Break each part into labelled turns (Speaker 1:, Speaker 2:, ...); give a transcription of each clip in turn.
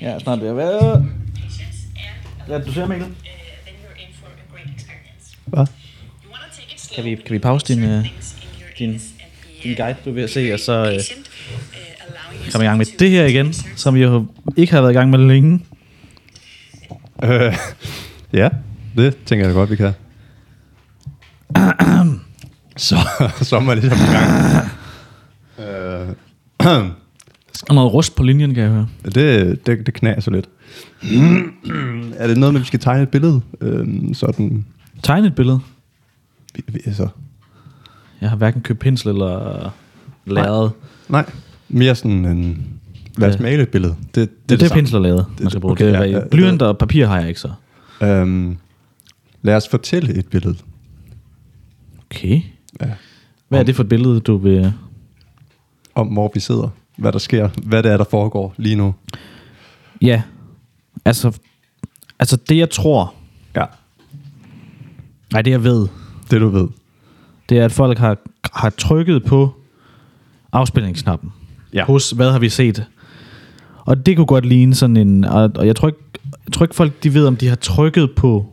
Speaker 1: Ja, snart ved at være. Ja, du ser, Mikkel.
Speaker 2: Hvad?
Speaker 1: Kan vi, kan vi pause din, øh, din, din guide, du er ved at se, og så øh, komme i gang med det her igen, som jo ikke har været i gang med længe.
Speaker 2: Øh, ja, det tænker jeg da godt, vi kan. så, så er man ligesom i gang. Øh,
Speaker 1: Og noget rust på linjen, kan jeg høre.
Speaker 2: det, det, det knager så lidt. er det noget med, at vi skal tegne et billede? Øh, sådan,
Speaker 1: Tegne et billede.
Speaker 2: vi- vi- altså,
Speaker 1: Jeg har hverken købt pensel eller lærred.
Speaker 2: nej, mere sådan en... Lad os
Speaker 1: Ja.
Speaker 2: male et billede. Det, det,
Speaker 1: Det er det,
Speaker 2: samme.
Speaker 1: pensel og lærred, man skal bruge.
Speaker 2: okay,
Speaker 1: Det
Speaker 2: ja,
Speaker 1: er
Speaker 2: ja,
Speaker 1: Blyant og papir har jeg ikke så.
Speaker 2: Øhm, lad os fortælle et billede.
Speaker 1: Okay.
Speaker 2: Ja.
Speaker 1: Hvad er det for et billede, du vil...
Speaker 2: om, hvor vi sidder, hvad der sker, hvad det er, der foregår lige nu.
Speaker 1: Ja, altså, altså det jeg tror,
Speaker 2: Ja.
Speaker 1: nej det jeg ved,
Speaker 2: Det du ved.
Speaker 1: det er, at folk har, har trykket på afspilningsknappen.
Speaker 2: Ja.
Speaker 1: Hos, hvad har vi set? Og det kunne godt ligne sådan en... Og, og jeg, tror ikke, jeg tror ikke, folk de ved, om de har trykket på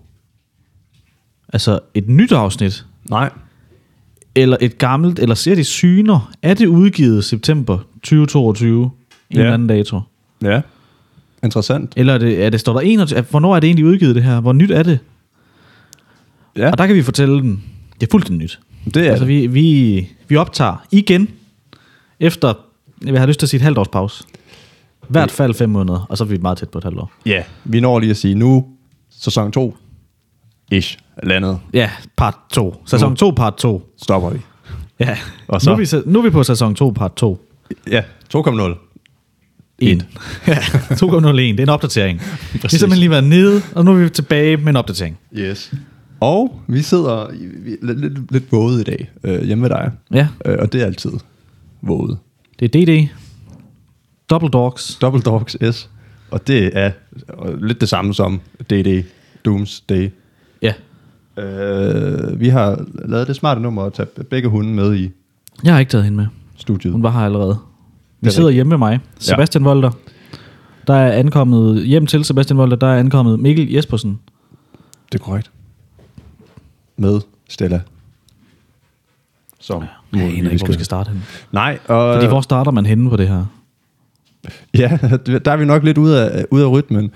Speaker 1: altså et nyt afsnit,
Speaker 2: Nej.
Speaker 1: eller et gammelt, eller ser de syner. Er det udgivet september 2022? En
Speaker 2: Ja.
Speaker 1: eller anden dato.
Speaker 2: Ja. Interessant.
Speaker 1: Eller er det, er det, står der 21, hvornår er det egentlig udgivet det her? Hvor nyt er det?
Speaker 2: Ja,
Speaker 1: Og der kan vi fortælle dem, det er fuldstændig nyt.
Speaker 2: det er
Speaker 1: altså,
Speaker 2: altså, vi...
Speaker 1: vi, vi, vi optager igen efter, jeg har lyst til at sige et halvt års pause. Hvert fald fem måneder, og så er vi meget tæt på et halvt år.
Speaker 2: Ja, vi når lige at sige nu, sæson 2, ish, landet,
Speaker 1: Ja, part 2. Sæson
Speaker 2: Nu.
Speaker 1: 2, part 2.
Speaker 2: stopper vi.
Speaker 1: Ja,
Speaker 2: Og
Speaker 1: og
Speaker 2: så?
Speaker 1: så? Nu, er vi, sæ- nu er vi på sæson 2, part 2.
Speaker 2: Ja, 2,0.
Speaker 1: 1. Ja, 2.01. Det er en opdatering. Vi har simpelthen lige været nede, og nu er vi tilbage med en opdatering.
Speaker 2: Yes. Og vi sidder i- vi er lidt, lidt, lidt våde i dag, øh, hjemme ved dig.
Speaker 1: Ja,
Speaker 2: Øh, og det er altid våde.
Speaker 1: det er DD. Double Dogs.
Speaker 2: Double Dogs S. Og det er øh, lidt det samme som DD, Doomsday,
Speaker 1: Ja.
Speaker 2: Øh, vi har lavet det smarte nummer at tage begge hunde med i
Speaker 1: Jeg har ikke taget hende med.
Speaker 2: studiet.
Speaker 1: Hun var her allerede. Vi
Speaker 2: rigtigt.
Speaker 1: sidder hjemme med mig. Sebastian ja. Volter. Der er ankommet hjem til Sebastian Volter. Der er ankommet Mikkel Jespersen.
Speaker 2: Det er korrekt. Med Stella. Som
Speaker 1: Jeg aner ikke, hvor Øh. vi skal starte henne.
Speaker 2: Nej, og...
Speaker 1: Fordi hvor starter man henne på det her?
Speaker 2: Ja, der er vi nok lidt ude af, ude af rytmen.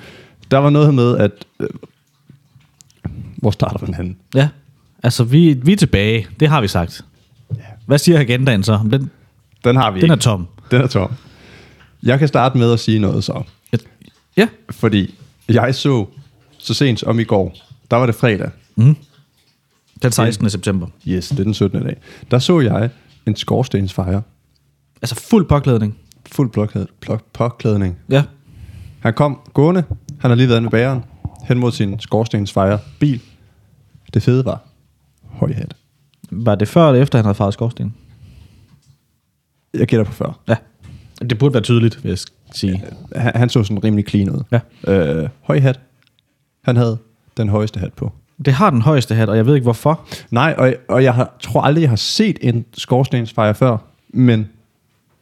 Speaker 2: Der var noget med, at... Øh, hvor starter man henne?
Speaker 1: Ja, altså vi, vi er tilbage. Det har vi sagt. Hvad siger agendaen så? Den,
Speaker 2: Den har vi
Speaker 1: den er
Speaker 2: ikke.
Speaker 1: tom.
Speaker 2: Den er tom. Jeg kan starte med at sige noget så.
Speaker 1: Ja,
Speaker 2: Fordi jeg så så sent som i går, der var det fredag,
Speaker 1: den 16. september.
Speaker 2: yes, det er den 17. dag, der så jeg en skorstensfejre
Speaker 1: Altså fuld påklædning.
Speaker 2: fuld blokhed, plok, påklædning.
Speaker 1: Ja.
Speaker 2: Han kom gående, han har lige været inde ved bageren, hen mod sin skorstensfejre bil. Det fede var høj hat.
Speaker 1: Var det før eller efter, han havde faret skorsten?
Speaker 2: Jeg gætter på før.
Speaker 1: Ja. Det burde være tydeligt, vil jeg sk- sige.
Speaker 2: Han, han så sådan rimelig clean ud.
Speaker 1: Ja.
Speaker 2: Øh, høj hat. Han havde den højeste hat på.
Speaker 1: Det har den højeste hat, og jeg ved ikke hvorfor.
Speaker 2: Nej, og, og jeg har, tror aldrig, jeg har set en skorstensfejre før, men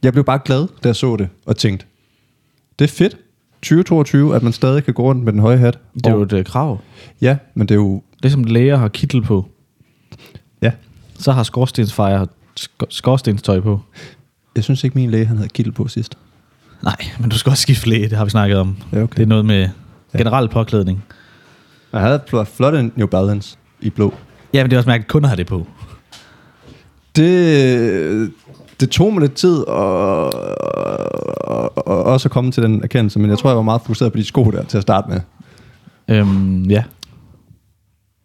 Speaker 2: jeg blev bare glad, da jeg så det, og tænkte, det er fedt, 2022, at man stadig kan gå rundt med den høje hat.
Speaker 1: Det er
Speaker 2: Og-
Speaker 1: jo et øh, krav.
Speaker 2: Ja, men det er jo...
Speaker 1: Det er som læger har kittel på.
Speaker 2: Ja,
Speaker 1: Så har skorstensfejre sk- skorstenstøj på.
Speaker 2: jeg synes ikke, min læge han havde kittel på sidst.
Speaker 1: Nej, men du skal også skifte læge, det har vi snakket om.
Speaker 2: Ja, okay.
Speaker 1: Det er noget med generel påklædning.
Speaker 2: Jeg havde flot, flot en New Balance i blå.
Speaker 1: Ja, men det er også mærkeligt, at kunder har det på.
Speaker 2: Det, det tog mig lidt tid at, og, og også at komme til den erkendelse, men jeg tror, jeg var meget fokuseret på de sko der til at starte med.
Speaker 1: Øhm, ja.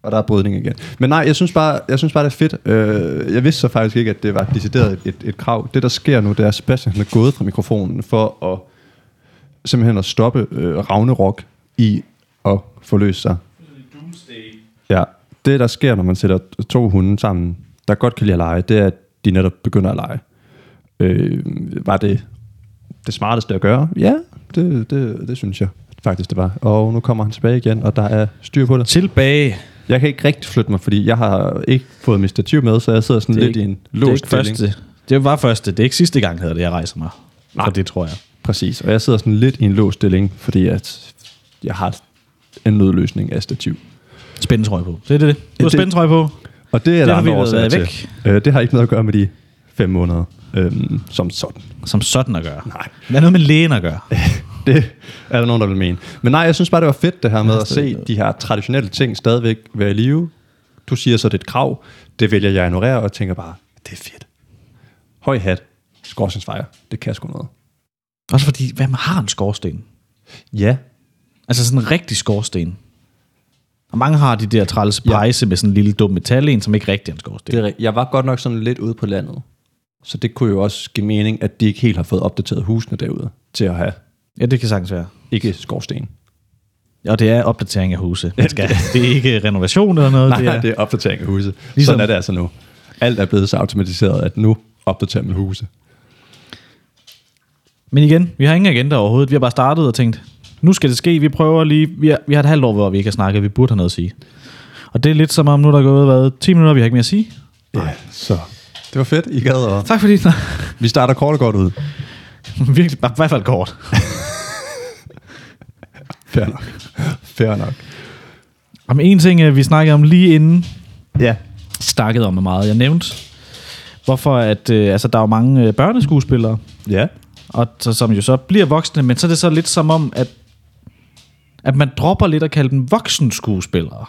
Speaker 2: Og der er brydning igen. Men nej, jeg synes bare, jeg synes bare det er fedt. Øh, Jeg vidste så faktisk ikke, at det var decideret et, et krav. Det, der sker nu, det er, at Sebastian han er gået fra mikrofonen for at simpelthen at stoppe øh, Ragnarok i at forløse sig. Ja, det der sker, når man sætter to hunde sammen, der godt kan lide at lege, det er, at de netop begynder at lege. Øh, var det det smarteste at gøre? Ja, det, det, det synes jeg faktisk, det var. Og nu kommer han tilbage igen, og der er styr på det.
Speaker 1: Tilbage.
Speaker 2: Jeg kan ikke rigtig flytte mig, fordi jeg har ikke fået mit stativ med, så jeg sidder sådan
Speaker 1: Det er
Speaker 2: lidt
Speaker 1: ikke-
Speaker 2: i en
Speaker 1: Det er
Speaker 2: låst
Speaker 1: ikke
Speaker 2: stilling.
Speaker 1: første. Det var første. Det er ikke sidste gang, hedder det, jeg rejser mig. Nej. Og det tror jeg.
Speaker 2: Præcis, og jeg sidder sådan lidt i en låst stilling, fordi at jeg har en nødløsning af stativ.
Speaker 1: Spændetrøje på. Det er det. det. Du har
Speaker 2: Det-
Speaker 1: spændetrøje på.
Speaker 2: Og det er
Speaker 1: Det
Speaker 2: der
Speaker 1: har vi
Speaker 2: andre
Speaker 1: været
Speaker 2: årsager til.
Speaker 1: væk.
Speaker 2: Øh, det har ikke noget at gøre med de fem måneder, øhm, som sådan.
Speaker 1: Som sådan at gøre.
Speaker 2: Nej.
Speaker 1: Hvad er noget med lægen at gøre?
Speaker 2: Det er der nogen, der vil mene. Men nej, jeg synes bare, det var fedt det her med at
Speaker 1: stadig
Speaker 2: se de her traditionelle ting stadigvæk være i live. Du siger så, det er et krav. Det vælger jeg at ignorere, og tænker bare, det er fedt. Høj hat, skorstensfejr, det kan sgu noget.
Speaker 1: Også fordi, hvad man har en skorsten?
Speaker 2: Ja,
Speaker 1: Altså sådan en rigtig skorsten. Og mange har de der træls
Speaker 2: Ja.
Speaker 1: pejse med sådan en lille dum metal en, som ikke rigtig er en skorsten.
Speaker 2: det er, rigtigt. jeg var godt nok sådan lidt ude på landet. Så det kunne jo også give mening, at de ikke helt har fået opdateret husene derude til at have
Speaker 1: Ja, det kan sagtens være.
Speaker 2: ikke skorsten.
Speaker 1: Og det er opdatering af huse. Man skal, det er ikke renovation eller noget.
Speaker 2: Nej,
Speaker 1: det er,
Speaker 2: det er opdatering af huset. Ligesom,
Speaker 1: Ligesom-
Speaker 2: Sådan er det altså nu. Alt er blevet så automatiseret, at nu opdaterer man huse.
Speaker 1: Men igen, vi har ingen agenda overhovedet. Vi har bare startet og tænkt, nu skal det ske. Vi prøver lige. Vi har, vi har et halvt år, hvor vi ikke har snakket. Vi burde have noget at sige. Og det er lidt som om, nu er der gået hvad, 10 minutter, vi har ikke mere at sige.
Speaker 2: Ja, så. Det var fedt, I gad. Og
Speaker 1: Tak fordi I snak-
Speaker 2: vi starter kort og godt ud.
Speaker 1: Virkelig, bare, i hvert fald kort.
Speaker 2: Fair nok. Fair nok.
Speaker 1: Om en ting, øh, vi snakkede om lige inden,
Speaker 2: Ja.
Speaker 1: snakkede om er meget, jeg nævnte, hvorfor at, øh, altså, der er jo mange øh, børneskuespillere,
Speaker 2: Ja.
Speaker 1: og så, som jo så bliver voksne, men så er det så lidt som om, at, at man dropper lidt at kalde dem voksenskuespillere.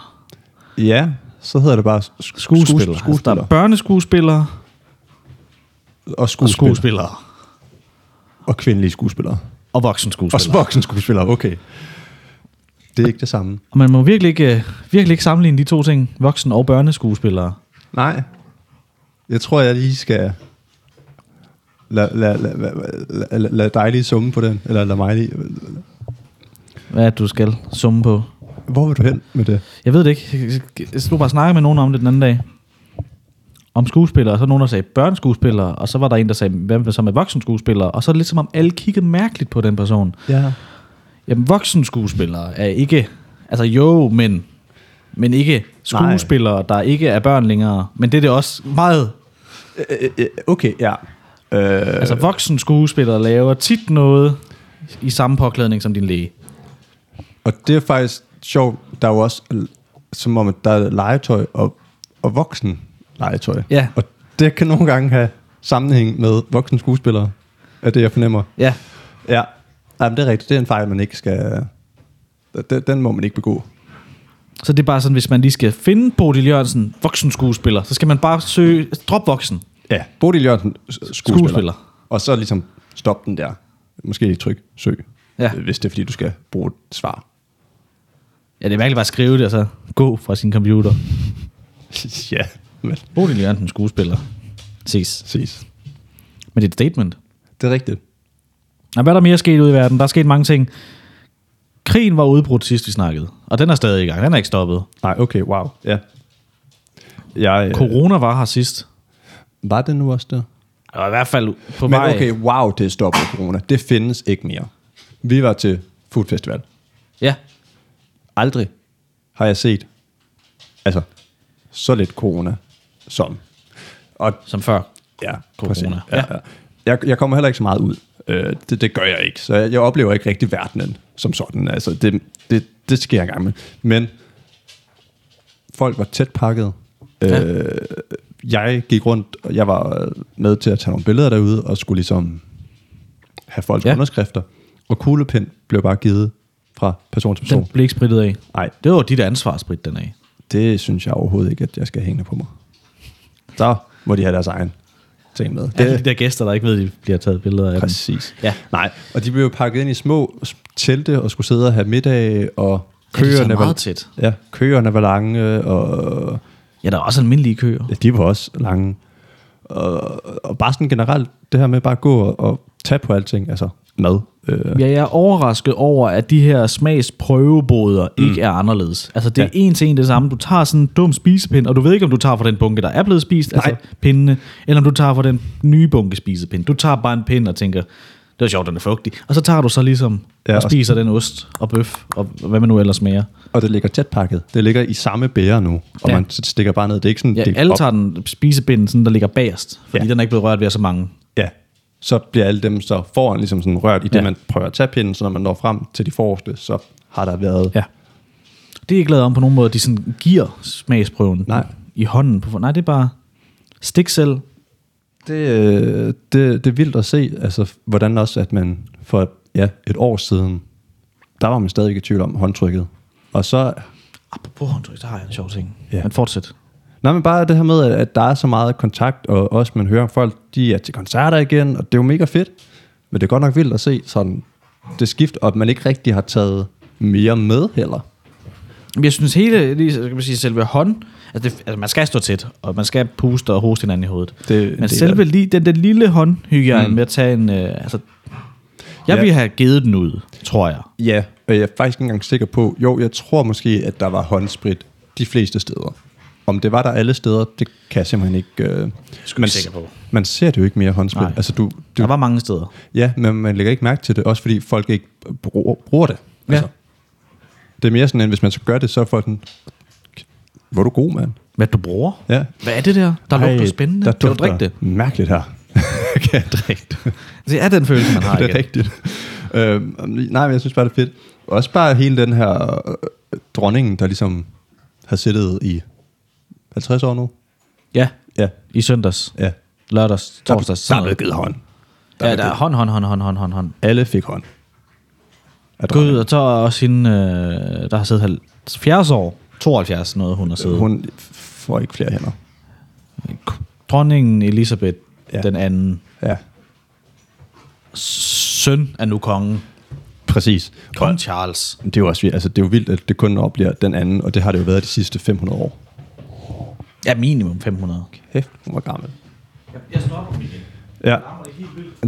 Speaker 2: Ja, så hedder det bare sk-
Speaker 1: Skuespillere.
Speaker 2: skues-
Speaker 1: Altså, der
Speaker 2: skuespiller.
Speaker 1: er børneskuespillere
Speaker 2: Og
Speaker 1: og
Speaker 2: skuespiller. Og,
Speaker 1: skuespillere.
Speaker 2: og kvindelige skuespillere.
Speaker 1: Og voksenskuespillere.
Speaker 2: Og voksne skuespillere, okay. Det er ikke det samme.
Speaker 1: Og man må virkelig ikke, øh, virkelig ikke sammenligne de to ting, voksen- og børneskuespillere.
Speaker 2: Nej. Jeg tror, jeg lige skal... Lad la, la, la, la, la, la dig lige summe på den. Eller lad mig lige...
Speaker 1: Hvad er det, du skal summe på?
Speaker 2: Hvor vil du hen med det?
Speaker 1: Jeg ved det ikke. Jeg stod bare og snakkede med nogen om det den anden dag. Om skuespillere, og så var nogen, der sagde børneskuespillere, og så var der en, der sagde, hvem som er voksenskuespillere, og så er det lidt som om alle kiggede mærkeligt på den person.
Speaker 2: Ja.
Speaker 1: Jamen, voksenskuespillere er ikke... Altså jo, men... Men ikke skuespillere, Nej. der ikke er børn længere. Men det er det også meget
Speaker 2: Øh, øh, okay, ja. Øh,
Speaker 1: Altså voksne skuespillere laver tit noget i samme påklædning som din læge.
Speaker 2: og det er faktisk sjovt. Der er jo også, l- som om at der er legetøj og, og voksen legetøj.
Speaker 1: Ja.
Speaker 2: Og det kan nogle gange have sammenhæng med voksne skuespillere, er det, jeg fornemmer.
Speaker 1: Ja.
Speaker 2: Ja, Jamen, det er rigtigt. Det er en fejl, man ikke skal... Den, den må man ikke begå.
Speaker 1: Så det er bare sådan, hvis man lige skal finde Bodil Jørgensen, voksen skuespiller, så skal man bare søge, drop voksen.
Speaker 2: Ja, Bodil Jørgensen, s- skuespiller.
Speaker 1: Skuespiller.
Speaker 2: Og så ligesom stop den der. Måske lige tryk søg,
Speaker 1: Ja.
Speaker 2: øh, hvis det er, fordi du skal bruge et svar.
Speaker 1: Ja, det er mærkeligt bare at skrive det, og så gå fra sin computer.
Speaker 2: ja, men
Speaker 1: Bodil Jørgensen, skuespiller. Ses.
Speaker 2: præcis.
Speaker 1: Men det er et statement.
Speaker 2: Det er rigtigt.
Speaker 1: Og hvad er der mere sket ude i verden? Der er sket mange ting. Krigen var udbrudt sidst, vi snakkede. Og den er stadig i gang. Den er ikke stoppet.
Speaker 2: Nej, okay, wow. Ja. Jeg, øh,
Speaker 1: Corona var her sidst.
Speaker 2: var det nu også der?
Speaker 1: Og i hvert fald på
Speaker 2: Men
Speaker 1: vej.
Speaker 2: okay, wow, det er stoppet corona. Det findes ikke mere. Vi var til Food Festival.
Speaker 1: Ja.
Speaker 2: Aldrig har jeg set altså, så lidt corona som. Og
Speaker 1: Som før.
Speaker 2: Ja,
Speaker 1: Corona.
Speaker 2: corona. Ja,
Speaker 1: Ja.
Speaker 2: ja. Jeg, jeg kommer heller ikke så meget ud. Øh, det, det gør jeg ikke. Så jeg, jeg oplever ikke rigtig verdenen som sådan. Altså, det, det, det sker jeg gang med. Men folk var tæt pakket. Øh,
Speaker 1: Ja.
Speaker 2: Jeg gik rundt, og jeg var med til at tage nogle billeder derude, og skulle ligesom have folks
Speaker 1: Ja.
Speaker 2: ja. underskrifter. Og kuglepind blev bare givet fra person til person.
Speaker 1: Den blev ikke spritet af.
Speaker 2: Nej,
Speaker 1: Det var dit ansvar at spritte den af.
Speaker 2: det synes jeg overhovedet ikke, at jeg skal hænge på mig. Så må de have deres egen ting med.
Speaker 1: Det er de der gæster, der ikke ved, de bliver taget billeder af dem.
Speaker 2: Præcis.
Speaker 1: Ja.
Speaker 2: Nej, og de blev jo pakket ind i små s- telte og skulle sidde og have middag, og
Speaker 1: Ja, de sad
Speaker 2: køerne var,
Speaker 1: meget tæt.
Speaker 2: ja, køerne var lange, og
Speaker 1: Ja, der er også almindelige køer.
Speaker 2: ja, de var også lange. Og, og bare sådan generelt, det her med bare at gå og, og tage på alting, altså mad. Øh,
Speaker 1: Ja, jeg er overrasket over, at de her smagsprøveboder mm. ikke er anderledes. Altså, det er en til en det samme. Du tager sådan en dum spisepind, og du ved ikke, om du tager fra den bunke, der er blevet spist, Nej. altså pindene, eller om du tager fra den nye bunke spisepind. Du tager bare en pind og tænker, det er sjovt, den er fugtig. Og så tager du så ligesom
Speaker 2: Ja,
Speaker 1: ja, og
Speaker 2: og-
Speaker 1: spiser den ost og bøf, og hvad man nu ellers smager.
Speaker 2: Og det ligger tæt pakket. Det ligger i samme bære nu, og
Speaker 1: Ja.
Speaker 2: ja. man s- stikker bare ned. Det er ikke sådan
Speaker 1: Ja,
Speaker 2: delt
Speaker 1: alle
Speaker 2: op.
Speaker 1: tager den spisepind, sådan, der ligger bagerst, fordi ja.
Speaker 2: Ja.
Speaker 1: den er ikke blevet rørt ved af så mange.
Speaker 2: Ja, så bliver alle dem så foran ligesom sådan rørt i det,
Speaker 1: Ja.
Speaker 2: ja. man prøver at tage pinden, så når man når frem til de forreste, så har der været...
Speaker 1: Ja. Det er ikke lavet om på nogen måde, at de sådan giver smagsprøven
Speaker 2: Nej.
Speaker 1: i hånden. På, nej, det er bare stik selv.
Speaker 2: Det, øh, det, det er vildt at se, altså, hvordan også, at man for ja, et år siden, der var man stadig i tvivl om håndtrykket. Og så,
Speaker 1: Apropos håndtryk, der har jeg en sjov ting.
Speaker 2: Ja.
Speaker 1: Men fortsæt.
Speaker 2: nej, men bare det her med, at- at der er så meget kontakt, og også man hører om folk, de er til koncerter igen, og det er jo mega fedt. Men det er godt nok vildt at se sådan det skift, og at man ikke rigtig har taget mere med heller.
Speaker 1: Men Jeg synes hele, lige, skal man sige, selve hånd, altså, det, altså man skal stå tæt, og man skal puste og hoste hinanden i hovedet.
Speaker 2: Det-
Speaker 1: Men
Speaker 2: det er
Speaker 1: selve
Speaker 2: det.
Speaker 1: lige, den der lille håndhygiejne mm. med at tage en, øh, altså, jeg
Speaker 2: Ja.
Speaker 1: ville have givet den ud, tror jeg.
Speaker 2: Ja, og jeg er faktisk ikke engang sikker på, jo, jeg tror måske, at der var håndsprit de fleste steder. Om det var der alle steder, det kan jeg simpelthen ikke... Øh,
Speaker 1: vi
Speaker 2: man,
Speaker 1: sikker på.
Speaker 2: man ser det jo ikke mere håndsprit.
Speaker 1: Nej.
Speaker 2: Nej. Altså, du,
Speaker 1: Der
Speaker 2: du,
Speaker 1: var mange steder.
Speaker 2: ja, men man lægger ikke mærke til det, også fordi folk ikke bruger, bruger det.
Speaker 1: Ja.
Speaker 2: Altså, det er mere sådan, at hvis man så gør det, så er folk sådan, hvor er du god, mand.
Speaker 1: Hvad du bruger?
Speaker 2: Ja.
Speaker 1: Hvad er det der? Der lugter spændende.
Speaker 2: Der
Speaker 1: kan du
Speaker 2: dufter
Speaker 1: drikke det?
Speaker 2: mærkeligt her. kan jeg drikke det?
Speaker 1: Det er den følelse, man har
Speaker 2: det er
Speaker 1: igen.
Speaker 2: rigtigt. Øhm, nej, men jeg synes bare, det er fedt. Også bare hele den her øh, dronningen, der ligesom har siddet i 50 år nu.
Speaker 1: Ja,
Speaker 2: Ja,
Speaker 1: i søndags,
Speaker 2: ja.
Speaker 1: lørdags, torsdags.
Speaker 2: der
Speaker 1: sådan
Speaker 2: er
Speaker 1: noget.
Speaker 2: blevet givet hånd.
Speaker 1: Ja, der er hånd, hånd, hånd, hånd, hånd, hånd, hånd.
Speaker 2: Alle fik hånd. Af
Speaker 1: Gud,
Speaker 2: dronningen.
Speaker 1: og så er også hende, øh, der har siddet 70 år, 72 noget, hun har siddet. Hun.
Speaker 2: Altså, Hun får ikke flere hænder.
Speaker 1: Dronningen Elisabeth ja.
Speaker 2: Ja.
Speaker 1: den anden
Speaker 2: Ja,
Speaker 1: søn er nu kongen.
Speaker 2: præcis. Og
Speaker 1: Kong Charles.
Speaker 2: Det er jo også vildt. altså, det er jo vildt, at det kun opbliver den anden, og det har det jo været de sidste 500 år.
Speaker 1: Ja, minimum 500.
Speaker 2: Hæft, hun var gammel.
Speaker 1: Jeg stopper igen.
Speaker 2: Ja.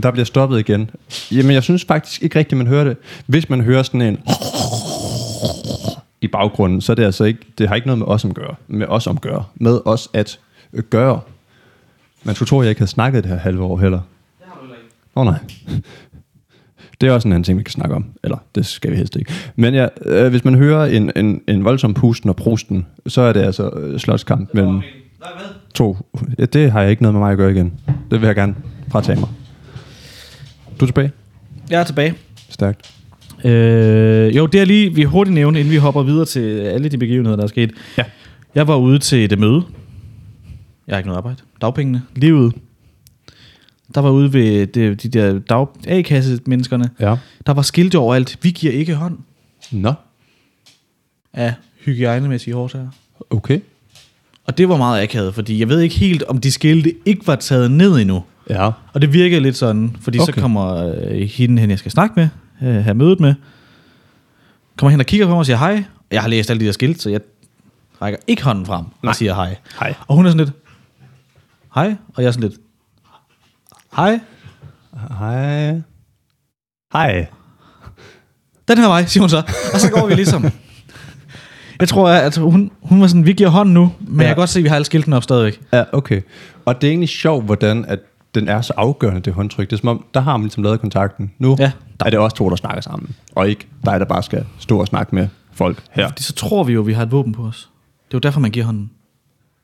Speaker 2: Der bliver stoppet igen. Jamen, jeg synes faktisk ikke rigtigt, man hører det. Hvis man hører sådan en i baggrunden, så er det altså ikke, det har ikke noget med os at gøre. Med os at gøre. Med os at gøre. Man skulle tro, at jeg ikke havde snakket det her halve år heller. Åh oh, nej. Det er også en anden ting, vi kan snakke om. Eller, det skal vi helst ikke. Men ja, øh, hvis man hører en, en, en voldsom pusten og prosten, så er det altså øh, slåskamp mellem to. Ja, det har jeg ikke noget med mig at gøre igen. Det vil jeg gerne fratage mig. Du er tilbage?
Speaker 1: Jeg er tilbage.
Speaker 2: Stærkt.
Speaker 1: Øh, jo, det er lige, vi hurtigt nævne, inden vi hopper videre til alle de begivenheder, der er sket.
Speaker 2: Ja.
Speaker 1: Jeg var ude til det møde. Jeg har ikke noget arbejde. Dagpengene. Livet. Der var ude ved det, de der dag, A-kasse-menneskerne.
Speaker 2: Ja.
Speaker 1: Der var skilte overalt. Vi giver ikke hånd
Speaker 2: Nå,
Speaker 1: af hygiejnemæssige årsager.
Speaker 2: okay.
Speaker 1: Og det var meget akavet, fordi jeg ved ikke helt, om de skilte ikke var taget ned endnu.
Speaker 2: Ja.
Speaker 1: Og det virkede lidt sådan, fordi okay. så
Speaker 2: Okay.
Speaker 1: kommer øh, hende hen, jeg skal snakke med, øh, have mødet med, kommer hen og kigger på mig og siger hej. Jeg har læst alle de der skilt, så jeg rækker ikke hånden frem Nej.
Speaker 2: Nej.
Speaker 1: og siger hej.
Speaker 2: Hej.
Speaker 1: Og hun er sådan lidt, hej, og jeg er sådan lidt, hej,
Speaker 2: Hej. Hej.
Speaker 1: den her vej, siger hun så. Og så går vi ligesom. Jeg tror, at hun, hun var sådan, vi giver hånd nu, men ja.
Speaker 2: Ja.
Speaker 1: jeg kan godt se, at vi har alle skiltene op stadigvæk.
Speaker 2: Ja, okay. Og det er egentlig sjovt, hvordan at den er så afgørende, det håndtryk. Det er som om, der har man ligesom lavet kontakten. Nu
Speaker 1: Ja.
Speaker 2: ja. er det også to, der snakker sammen. Og ikke dig, der bare skal stå og snakke med folk her.
Speaker 1: Fordi så tror vi jo, at vi har et våben på os. Det er jo derfor, man giver hånden.